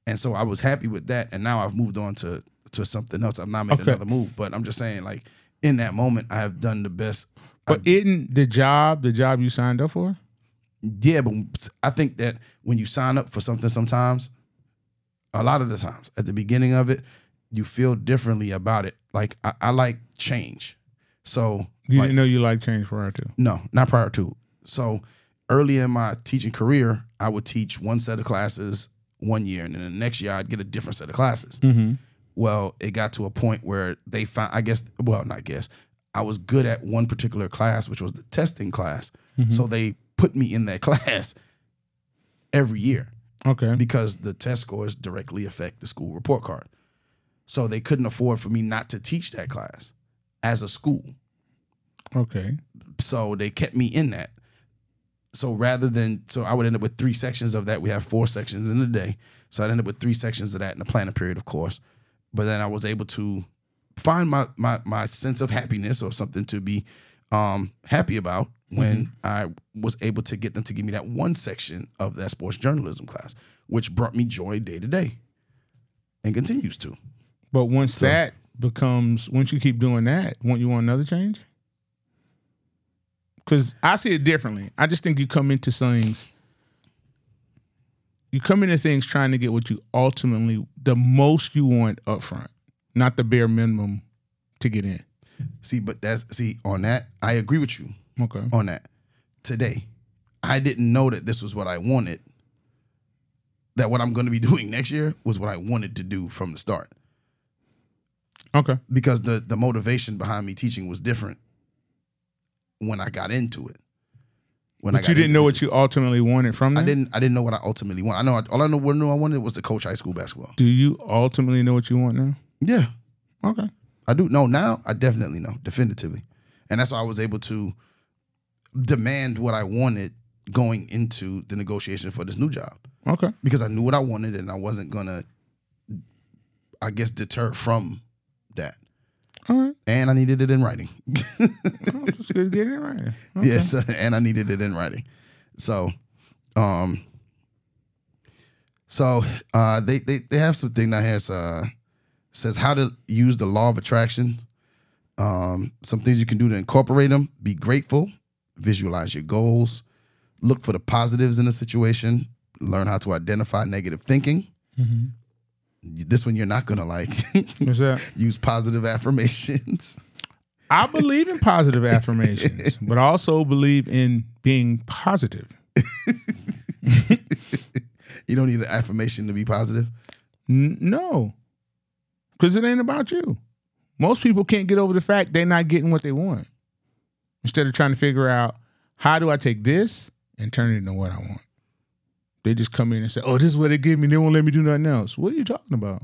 Speaker 2: And so I was happy with that. And now I've moved on to to something else. I've not made
Speaker 1: Okay.
Speaker 2: another move, but I'm just saying, like, in that moment, I have done the best.
Speaker 1: But isn't the job the job you signed up for?
Speaker 2: Yeah, but I think that when you sign up for something sometimes, a lot of the times at the beginning of it, you feel differently about it. Like I, I like change. So
Speaker 1: You
Speaker 2: like,
Speaker 1: didn't know you like change prior to.
Speaker 2: No, not prior to. So early in my teaching career, I would teach one set of classes one year, and then the next year I'd get a different set of classes.
Speaker 1: Mm-hmm.
Speaker 2: Well, it got to a point where they found, I guess, well, not guess, I was good at one particular class, which was the testing class.
Speaker 1: Mm-hmm.
Speaker 2: So they put me in that class every year
Speaker 1: Okay.
Speaker 2: because the test scores directly affect the school report card. So they couldn't afford for me not to teach that class as a school
Speaker 1: Okay.
Speaker 2: so they kept me in that. So rather than so I would end up with three sections of that. We have four sections in a day. So I'd end up with three sections of that in the planning period, of course. But then I was able to find my my my sense of happiness or something to be um happy about when I was able to get them to give me that one section of that sports journalism class, which brought me joy day to day and continues to.
Speaker 1: But once
Speaker 2: So-
Speaker 1: that becomes, once you keep doing that, won't you want another change? Because I see it differently. I just think you come into things, you come into things trying to get what you ultimately, the most you want up front, not the bare minimum to get in.
Speaker 2: See, but that's see, on that, I agree with you.
Speaker 1: Okay.
Speaker 2: on that today. I didn't know that this was what I wanted. That what I'm going to be doing next year was what I wanted to do from the start
Speaker 1: Okay.
Speaker 2: because the the motivation behind me teaching was different when I got into it. When
Speaker 1: But you didn't know what you ultimately wanted from that?
Speaker 2: I didn't I didn't know what I ultimately wanted. I know I- all I know what I knew I wanted was to coach high school basketball.
Speaker 1: Do you ultimately know what you want now?
Speaker 2: Yeah,
Speaker 1: Okay.
Speaker 2: I do know now. I definitely know, definitively, and that's why I was able to demand what I wanted going into the negotiation for this new job.
Speaker 1: Okay.
Speaker 2: because I knew what I wanted and I wasn't gonna, I guess, deter from that.
Speaker 1: All right. Oh,
Speaker 2: And I needed it in writing.
Speaker 1: Well, just get get it right. Okay.
Speaker 2: yes, and I needed it in writing. So, um, so uh, they they they have something that has uh says how to use the law of attraction. Um, some things you can do to incorporate them: be grateful, visualize your goals, look for the positives in a situation, learn how to identify negative thinking.
Speaker 1: Mhm.
Speaker 2: This one you're not gonna like.
Speaker 1: What's that?
Speaker 2: use positive affirmations.
Speaker 1: I believe in positive affirmations, but I also believe in being positive.
Speaker 2: You don't need an affirmation to be positive.
Speaker 1: N- no, because it ain't about you. Most people can't get over the fact they're not getting what they want. Instead of trying to figure out how do I take this and turn it into what I want, they just come in and say, "Oh, this is what they give me. They won't let me do nothing else." What are you talking about?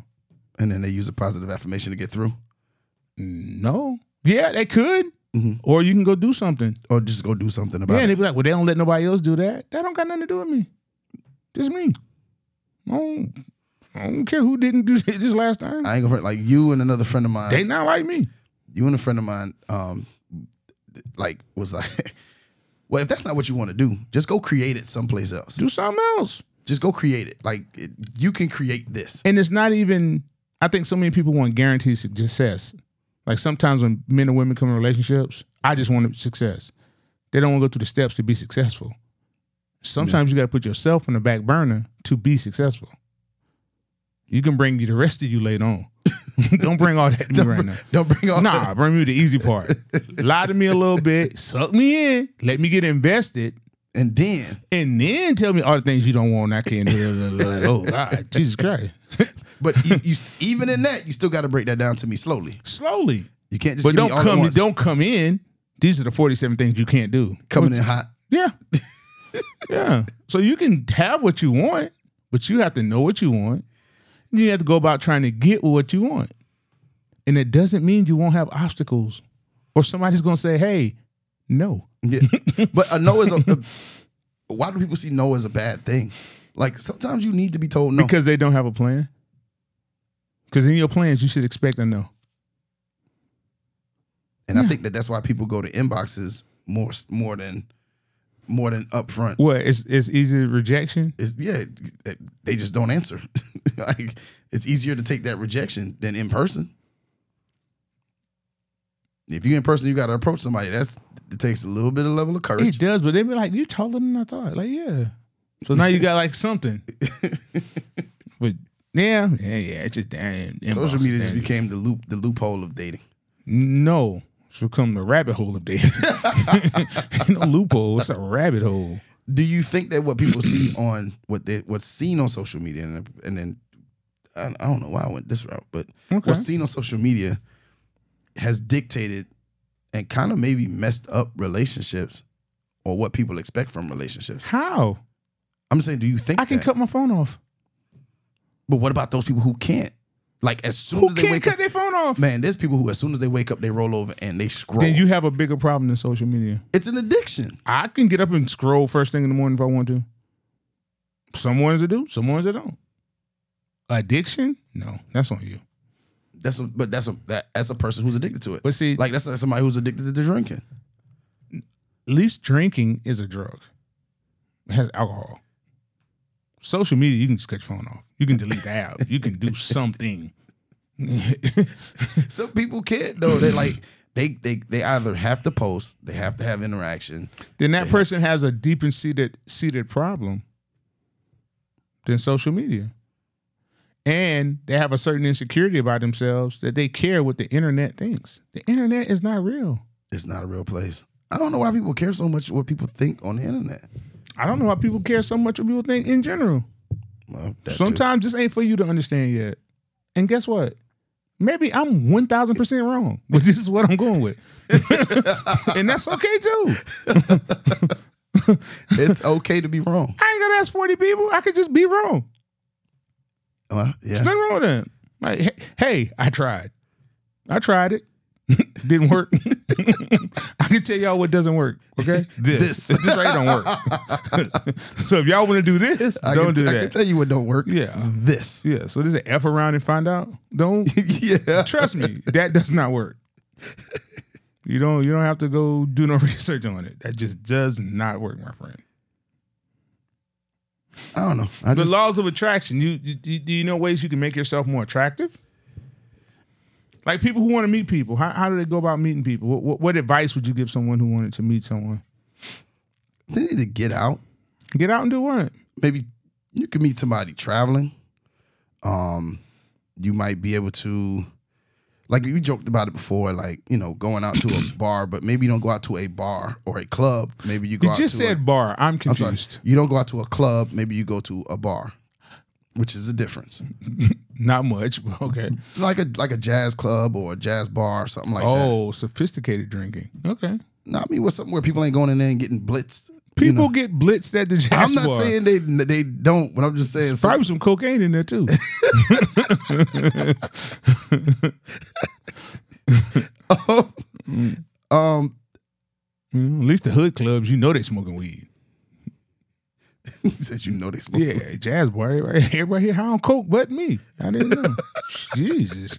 Speaker 2: and then they use a positive affirmation to get through,
Speaker 1: No. Yeah, they could,
Speaker 2: Mhm.
Speaker 1: or you can go do something.
Speaker 2: or just go do something
Speaker 1: Yeah,
Speaker 2: about
Speaker 1: and
Speaker 2: it.
Speaker 1: they be like, well, they don't let nobody else do that. That don't got nothing to do with me. Just me. I don't, I don't care who didn't do this last time.
Speaker 2: I ain't gonna front- like you and another friend of mine.
Speaker 1: they not like me.
Speaker 2: you and a friend of mine, um, th- like was like, well, if that's not what you want to do, just go create it someplace else.
Speaker 1: Do something else.
Speaker 2: Just go create it. Like it, you can create this.
Speaker 1: And it's not even. I think so many people want guaranteed su- success. Like sometimes when men and women come in relationships, I just want success. They don't want to go through the steps to be successful. Sometimes you got to put yourself in the back burner to be successful. You can bring the rest of you later on. don't bring all that to me
Speaker 2: Don't,
Speaker 1: right
Speaker 2: bring-
Speaker 1: now.
Speaker 2: don't bring all
Speaker 1: nah, bring me the easy part. Lie to me a little bit, suck me in, let me get invested,
Speaker 2: And then,
Speaker 1: and then tell me all the things you don't want. I can't do. Like, oh God, Jesus Christ!
Speaker 2: but you, you st- even in that, you still got to break that down to me slowly.
Speaker 1: Slowly,
Speaker 2: You can't just
Speaker 1: but
Speaker 2: give
Speaker 1: don't
Speaker 2: me all at
Speaker 1: come.
Speaker 2: once.
Speaker 1: Don't come in. These are the forty-seven things you can't do.
Speaker 2: coming in hot.
Speaker 1: Yeah, yeah. So you can have what you want, but you have to know what you want. You have to go about trying to get what you want, and it doesn't mean you won't have obstacles, or somebody's gonna say, "Hey, no."
Speaker 2: Yeah, but a no is a, a- Why do people see no as a bad thing? Like sometimes you need to be told no.
Speaker 1: Because they don't have a plan. Because in your plans, you should expect a no.
Speaker 2: And I think that that's why people go to inboxes more more than more than upfront.
Speaker 1: What? It's it's easy rejection.
Speaker 2: It's, yeah, they just don't answer. like it's easier to take that rejection than in person. If you in person, you got to approach somebody. That's it takes a little bit of level of
Speaker 1: It
Speaker 2: courage.
Speaker 1: does, but they be like, "You taller than I thought." Like, yeah. So now you got like something. but yeah, yeah, yeah. It's just damn.
Speaker 2: Social
Speaker 1: inbox,
Speaker 2: media just
Speaker 1: damn.
Speaker 2: became the loop the loophole of dating.
Speaker 1: no. It's become the rabbit hole of dating. Ain't no loophole. It's a rabbit hole.
Speaker 2: Do you think that what people see on what they what's seen on social media and and then I, I don't know why I went this route, but
Speaker 1: Okay.
Speaker 2: what's seen on social media has dictated and kind of maybe messed up relationships or what people expect from relationships.
Speaker 1: How?
Speaker 2: I'm just saying, do you think
Speaker 1: I can
Speaker 2: that?
Speaker 1: cut my phone off.
Speaker 2: But what about those people who can't? Like as soon
Speaker 1: Who
Speaker 2: as they
Speaker 1: can't
Speaker 2: wake
Speaker 1: cut
Speaker 2: up,
Speaker 1: their phone off?
Speaker 2: man, there's people who as soon as they wake up, they roll over and they scroll.
Speaker 1: Then you have a bigger problem than social media.
Speaker 2: it's an addiction.
Speaker 1: I can get up and scroll first thing in the morning if I want to. Some mornings I do, some mornings I don't. Addiction? No, that's on you.
Speaker 2: That's a, but that's a that, that's a person who's addicted to it.
Speaker 1: But see, like,
Speaker 2: Like that's not somebody who's addicted to drinking.
Speaker 1: at least drinking is a drug. It has alcohol. Social media, you can just cut your phone off. You can delete the app. You can do something.
Speaker 2: Some people can't though. They like they they they either have to post, they have to have interaction.
Speaker 1: then that person has a deep and seated seated problem than social media. And they have a certain insecurity about themselves that they care what the internet thinks. The internet is not real.
Speaker 2: It's not a real place. I don't know why people care so much what people think on the internet.
Speaker 1: I don't know why people care so much what people think in general.
Speaker 2: Well, that too.
Speaker 1: Sometimes this ain't for you to understand yet. And guess what? Maybe I'm 1000% wrong, but this is what I'm going with. and that's okay too.
Speaker 2: it's okay to be wrong.
Speaker 1: I ain't gonna ask 40 people. I could just be wrong.
Speaker 2: Well, Uh, yeah.
Speaker 1: There's nothing wrong with that. Like, he- hey, I tried. I tried it. Didn't work. I can tell y'all what doesn't work. Okay, this this, right here don't work. so if y'all want to do this,
Speaker 2: I
Speaker 1: don't
Speaker 2: can,
Speaker 1: do
Speaker 2: I
Speaker 1: that.
Speaker 2: can tell you what don't work.
Speaker 1: Yeah.
Speaker 2: This.
Speaker 1: yeah. So there's an f around and find out. Don't
Speaker 2: yeah.
Speaker 1: trust me. That does not work. You don't you don't have to go do no research on it. That just does not work, my friend.
Speaker 2: I don't know. I
Speaker 1: The
Speaker 2: just
Speaker 1: laws of attraction. You, you you- do you know ways you can make yourself more attractive? Like people who want to meet people, how, how do they go about meeting people? What, what what advice would you give someone who wanted to meet someone?
Speaker 2: they need to get out.
Speaker 1: Get out and do what?
Speaker 2: Maybe you can meet somebody traveling. Um, you might be able to, like we joked about it before, like you know, going out to a bar, but maybe you don't go out to a bar or a club. Maybe you go
Speaker 1: You
Speaker 2: out
Speaker 1: just
Speaker 2: to a-
Speaker 1: said bar. I'm
Speaker 2: I'm sorry.
Speaker 1: confused.
Speaker 2: You don't go out to a club. Maybe you go to a bar, which is a difference.
Speaker 1: Not much, but okay.
Speaker 2: Like a like a jazz club or a jazz bar or something like that.
Speaker 1: Oh, sophisticated drinking. Okay.
Speaker 2: No, I mean, what's something where people ain't going in there and getting blitzed? you
Speaker 1: People
Speaker 2: know?
Speaker 1: get blitzed at the jazz
Speaker 2: I'm not
Speaker 1: bar.
Speaker 2: saying they they don't, but I'm just saying. some-
Speaker 1: Probably some cocaine in there too.
Speaker 2: um,
Speaker 1: Mm, at least the hood clubs, you know they smoking weed.
Speaker 2: he said you know they smoke.
Speaker 1: Yeah, jazz bar. Everybody, everybody here high on coke but me. I didn't know. Jesus.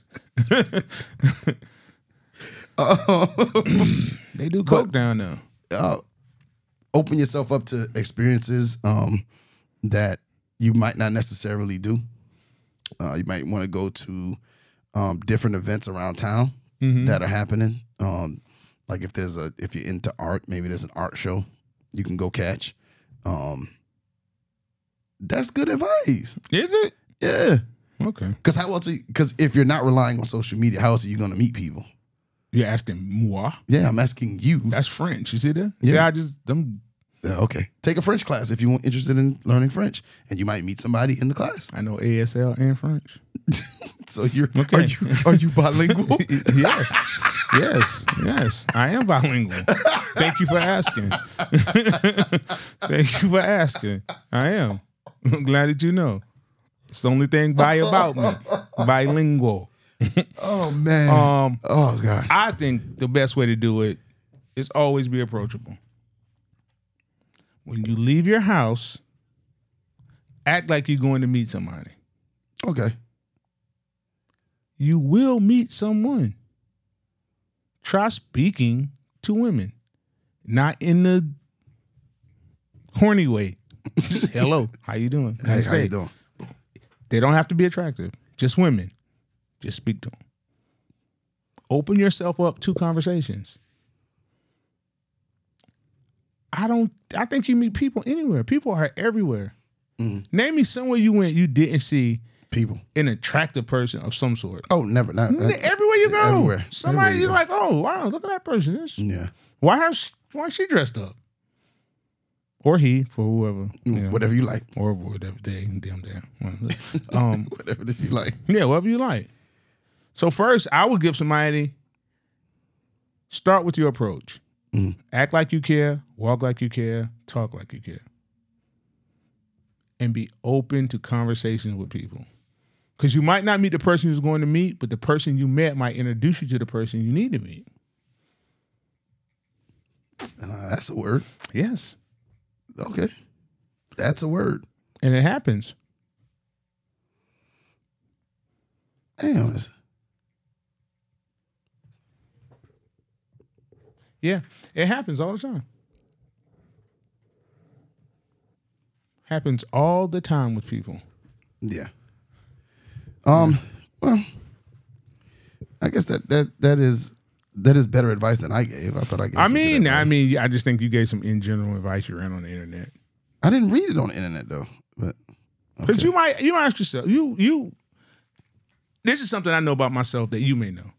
Speaker 1: they do coke down there.
Speaker 2: uh, open yourself up to experiences um, that you might not necessarily do. Uh, you might want to go to um, different events around town that are happening. Um, like if there's a if you're into art, maybe there's an art show you can go catch. Um, that's good advice.
Speaker 1: Is it?
Speaker 2: Yeah,
Speaker 1: Okay.
Speaker 2: because how else? Because if you're not relying on social media, how else are you going to meet people?
Speaker 1: You're asking moi.
Speaker 2: Yeah, I'm asking you.
Speaker 1: That's French. You see that? See,
Speaker 2: Yeah.
Speaker 1: I just them.
Speaker 2: Uh, okay, take a French class if you're interested in learning French, and you might meet somebody in the class.
Speaker 1: I know ASL and French.
Speaker 2: So you're
Speaker 1: Okay.
Speaker 2: are you are you bilingual?
Speaker 1: yes. Yes. Yes. I am bilingual. Thank you for asking. Thank you for asking. I am. I'm glad that you know. It's the only thing bi about me. Bilingual.
Speaker 2: oh man.
Speaker 1: Um,
Speaker 2: oh god.
Speaker 1: I think the best way to do it is always be approachable. When you leave your house, act like you're going to meet somebody.
Speaker 2: Okay.
Speaker 1: you will meet someone. Try speaking to women, not in the horny way. Just hello, how you doing?
Speaker 2: Hey,
Speaker 1: Nice
Speaker 2: how
Speaker 1: day."
Speaker 2: you doing?
Speaker 1: They don't have to be attractive. Just women. Just speak to them. Open yourself up to conversations. I don't. I think you meet people anywhere. People are everywhere.
Speaker 2: Mhm.
Speaker 1: Name me somewhere you went you didn't see
Speaker 2: People.
Speaker 1: an attractive person of some sort.
Speaker 2: Oh, never. Not,
Speaker 1: N- everywhere you go,
Speaker 2: everywhere.
Speaker 1: somebody
Speaker 2: Everywhere Mm. you
Speaker 1: is like, "Oh wow, look at that person! This-
Speaker 2: yeah.
Speaker 1: why have she, why she dressed up?" Or he for whoever, you know,
Speaker 2: Mm, Whatever you like.
Speaker 1: or whatever they damn damn. one. um,
Speaker 2: Whatever it is you like.
Speaker 1: yeah, whatever you like. So first, I would give somebody start with your approach.
Speaker 2: Mm.
Speaker 1: Act like you care, walk like you care, talk like you care. And be open to conversations with people. Cuz you might not meet the person who's going to meet, but the person you met might introduce you to the person you need to meet.
Speaker 2: Uh, that's a word.
Speaker 1: Yes.
Speaker 2: Okay. That's a word.
Speaker 1: And it happens.
Speaker 2: Damn. that's-
Speaker 1: Yeah. It happens all the time. Happens all the time with people.
Speaker 2: Yeah. Um. Well, I guess that that that is that is better advice than I gave. I thought I gave.
Speaker 1: I
Speaker 2: some good
Speaker 1: mean,
Speaker 2: advice.
Speaker 1: I mean, I just think you gave some in general advice you ran on the internet
Speaker 2: I didn't read it on the internet though. But
Speaker 1: because
Speaker 2: Okay.
Speaker 1: you might you might ask yourself you you. This is something I know about myself that you may know.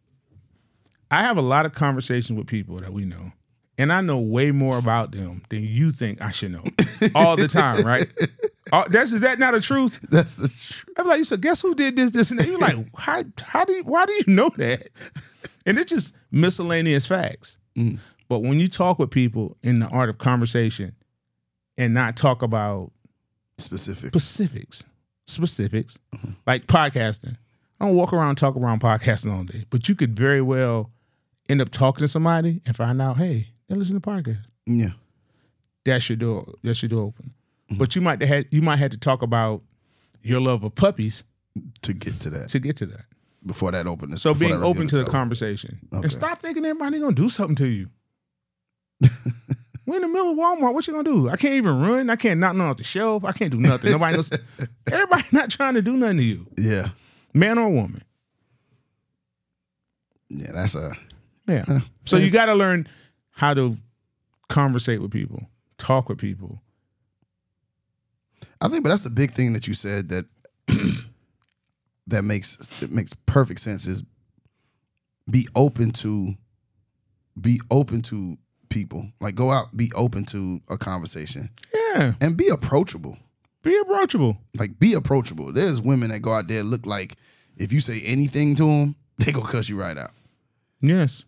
Speaker 1: I have a lot of conversations with people that we know, and I know way more about them than you think I should know all the time, right? Oh, that's is that not a truth?
Speaker 2: that's the truth.
Speaker 1: I'm like, so guess who did this, this, and that? You're like, how, how do you, why do you know that? And it's just miscellaneous facts. But when you talk with people in the art of conversation and not talk about
Speaker 2: specific.
Speaker 1: specifics, specifics, like podcasting, I don't walk around and talk around podcasting all day, but you could very well end up talking to somebody and find out, hey, they listen to podcast.
Speaker 2: Yeah.
Speaker 1: That's your door. That's your door open. But you might have you might have to talk about your love of puppies
Speaker 2: To get to that
Speaker 1: to get to that.
Speaker 2: before that openness.
Speaker 1: So
Speaker 2: before
Speaker 1: being
Speaker 2: that
Speaker 1: open to the
Speaker 2: reveal
Speaker 1: conversation
Speaker 2: Okay.
Speaker 1: and stop thinking everybody gonna do something to you. We're in the middle of Walmart. What you gonna do? I can't even run. I can't knock nothing off the shelf. I can't do nothing. Nobody knows. Everybody not trying to do nothing to you,
Speaker 2: Yeah.
Speaker 1: man or woman.
Speaker 2: Yeah. That's a.
Speaker 1: Yeah.
Speaker 2: Uh,
Speaker 1: So you got to learn how to conversate with people, talk with people.
Speaker 2: I think, but that's the big thing that you said that that makes that makes perfect sense is be open to be open to people. Like go out, be open to a conversation,
Speaker 1: Yeah.
Speaker 2: and be approachable.
Speaker 1: Be approachable.
Speaker 2: Like be approachable. There's women that go out there look like if you say anything to them, they gonna cuss you right out.
Speaker 1: Yes.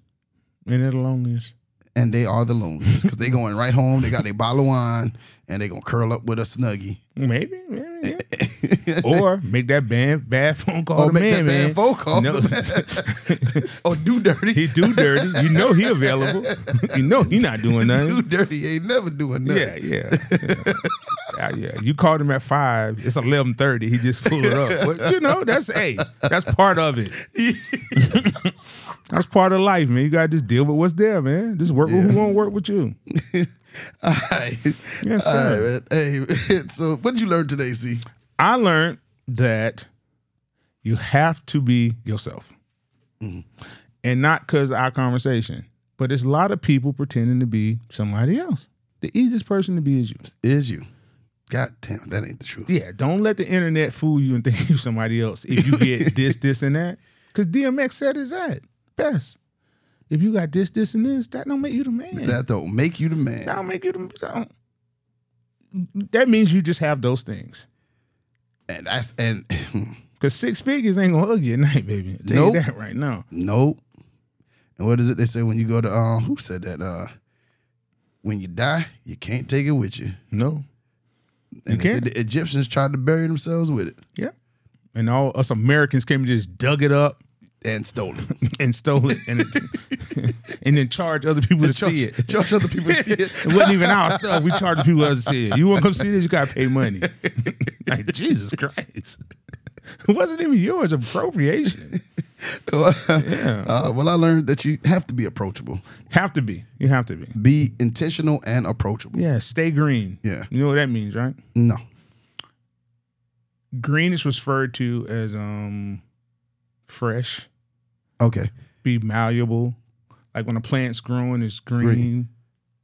Speaker 1: And they're the loneliest.
Speaker 2: and they are the loneliest because they going right home. They got their bottle of wine and they gonna curl up with a snuggie.
Speaker 1: Maybe. maybe yeah. or make that bad, bad phone call
Speaker 2: or
Speaker 1: to
Speaker 2: make
Speaker 1: Oh, man,
Speaker 2: Oh, that bad
Speaker 1: man.
Speaker 2: phone call.
Speaker 1: No.
Speaker 2: or Oh, do dirty.
Speaker 1: he do dirty. You know he available. you know he not doing
Speaker 2: Do
Speaker 1: nothing.
Speaker 2: dirty. He ain't never doing nothing.
Speaker 1: Yeah, yeah, yeah. yeah. yeah. You called him at five. It's eleven thirty. He just pulled up. But, you know that's hey, that's part of it. that's part of life, man. You gotta just deal with what's there, man. Just work with who won't work with you.
Speaker 2: All right.
Speaker 1: Yes,
Speaker 2: All
Speaker 1: sir.
Speaker 2: right, man. Hey, so what did you learn today, C?
Speaker 1: I learned that you have to be yourself. And not because our conversation, but it's a lot of people pretending to be somebody else. The easiest person to be is you.
Speaker 2: Is you. God damn, that ain't the truth.
Speaker 1: Yeah, don't let the internet fool you and think you're somebody else if you get this, this, and that. Because DMX said it's that best. If you got this, this, and this, that don't make you the man. That
Speaker 2: That don't make you the man.
Speaker 1: don't make you the that don't- That means you just have those things.
Speaker 2: And that's and
Speaker 1: Because six figures ain't gonna hug you at night, baby. I'll tell
Speaker 2: Nope.
Speaker 1: you that right now.
Speaker 2: nope. And what is it they say when you go to um who said that? Uh when you die, you can't take it with you.
Speaker 1: No.
Speaker 2: And they
Speaker 1: can't.
Speaker 2: said the Egyptians tried to bury themselves with it
Speaker 1: Yeah. And all us Americans came and just dug it up
Speaker 2: and stole it.
Speaker 1: and stole it and and then charged other people to see it.
Speaker 2: Charge other people to see it.
Speaker 1: It wasn't even our stuff. We charged people else to see it. You want to come see this? You gotta pay money. like Jesus Christ, it wasn't even yours. Appropriation.
Speaker 2: uh, well, I learned that you have to be approachable.
Speaker 1: Have to be. You have to be.
Speaker 2: Be intentional and approachable.
Speaker 1: Yeah. Stay green.
Speaker 2: Yeah.
Speaker 1: You know what that means, right?
Speaker 2: No.
Speaker 1: Green is referred to as um fresh.
Speaker 2: Okay.
Speaker 1: Be malleable. Like when a plant's growing, it's green,
Speaker 2: Green.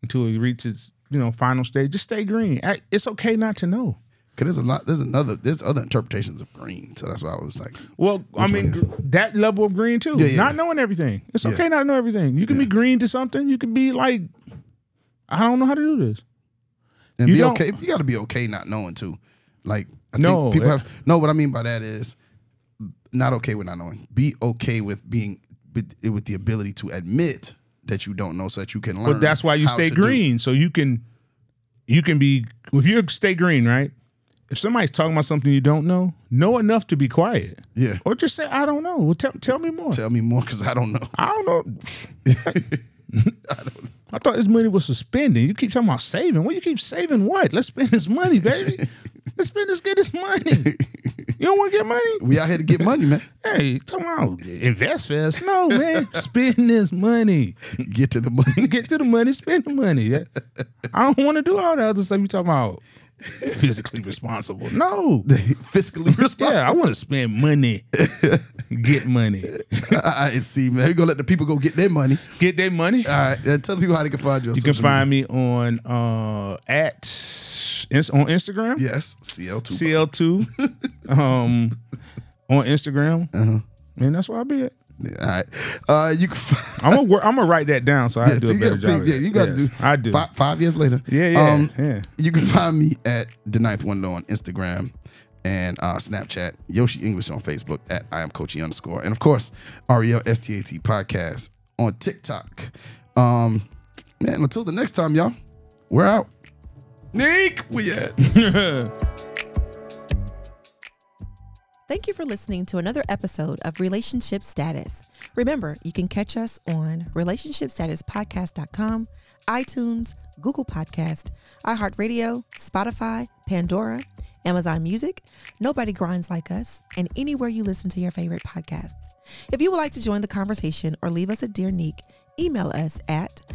Speaker 1: until it reaches you know final stage. Just stay green. Act- It's okay not to know.
Speaker 2: Cause there's a lot. There's another. There's other interpretations of green. So that's why I was like,
Speaker 1: Well, I
Speaker 2: Which
Speaker 1: mean
Speaker 2: one is
Speaker 1: gr- that level of green too.
Speaker 2: Yeah, yeah,
Speaker 1: not
Speaker 2: yeah.
Speaker 1: knowing everything. It's
Speaker 2: Yeah.
Speaker 1: okay not to know everything. You can be green to something. You can be like, I don't know how to do this.
Speaker 2: and
Speaker 1: You
Speaker 2: be
Speaker 1: don't-
Speaker 2: okay. You got to be okay not knowing too. Like, I
Speaker 1: No,
Speaker 2: think people
Speaker 1: yeah.
Speaker 2: have. No, what I mean by that is not okay with not knowing. Be okay with being with, with the ability to admit that you don't know, so that you can learn.
Speaker 1: But that's why you
Speaker 2: how
Speaker 1: stay
Speaker 2: to do-
Speaker 1: green, so you can, you can be if you stay green, right? If somebody's talking about something you don't know, know enough to be quiet,
Speaker 2: Yeah.
Speaker 1: or just say I don't know. Well, tell tell me more.
Speaker 2: Tell me more, cause I don't know.
Speaker 1: I don't know. I thought this money was suspending. You keep talking about saving. Well, you keep saving what? Let's spend this money, baby. Let's spend this, get this money. You don't want to get money?
Speaker 2: We out here to get money, man.
Speaker 1: Hey, talking about invest fast. No, man. Spend this money.
Speaker 2: Get to the money.
Speaker 1: Get to the money, spend the money. Yeah. I don't want to do all the other stuff you talking about. Physically responsible. No.
Speaker 2: Fiscally responsible.
Speaker 1: Yeah, I want to spend money. Get money.
Speaker 2: I, see, man. We're gonna let the people go get their money.
Speaker 1: Get that money.
Speaker 2: All right. Uh, tell the people how they can find you. on
Speaker 1: You can
Speaker 2: social media.
Speaker 1: find me on uh at ins- on Instagram
Speaker 2: Yes, CL2.
Speaker 1: CL2 um on Instagram.
Speaker 2: Uh-huh.
Speaker 1: And that's where I be at.
Speaker 2: Yeah, all right. Uh, you can find.
Speaker 1: I'm gonna work, I'm gonna write that down so I
Speaker 2: Yes,
Speaker 1: do a
Speaker 2: you
Speaker 1: better
Speaker 2: gotta
Speaker 1: job.
Speaker 2: think-
Speaker 1: of
Speaker 2: yeah,
Speaker 1: that.
Speaker 2: you gotta
Speaker 1: Yes,
Speaker 2: do
Speaker 1: I do.
Speaker 2: Five, five years later. Um,
Speaker 1: Yeah, yeah, yeah.
Speaker 2: You can find me at the ninth window on Instagram and uh, Snapchat, Yoshi English on Facebook at I am Coachy underscore, and of course E Ariel STAT podcast on TikTok. Um, man, until the next time, y'all, we're out. Nick, we at.
Speaker 3: Thank you for listening to another episode of Relationship Status. Remember, you can catch us on relationshipstatuspodcast.com, iTunes, Google Podcast, iHeartRadio, Spotify, Pandora, Amazon Music, Nobody Grinds Like Us, and anywhere you listen to your favorite podcasts. If you would like to join the conversation or leave us a dear nick, email us at E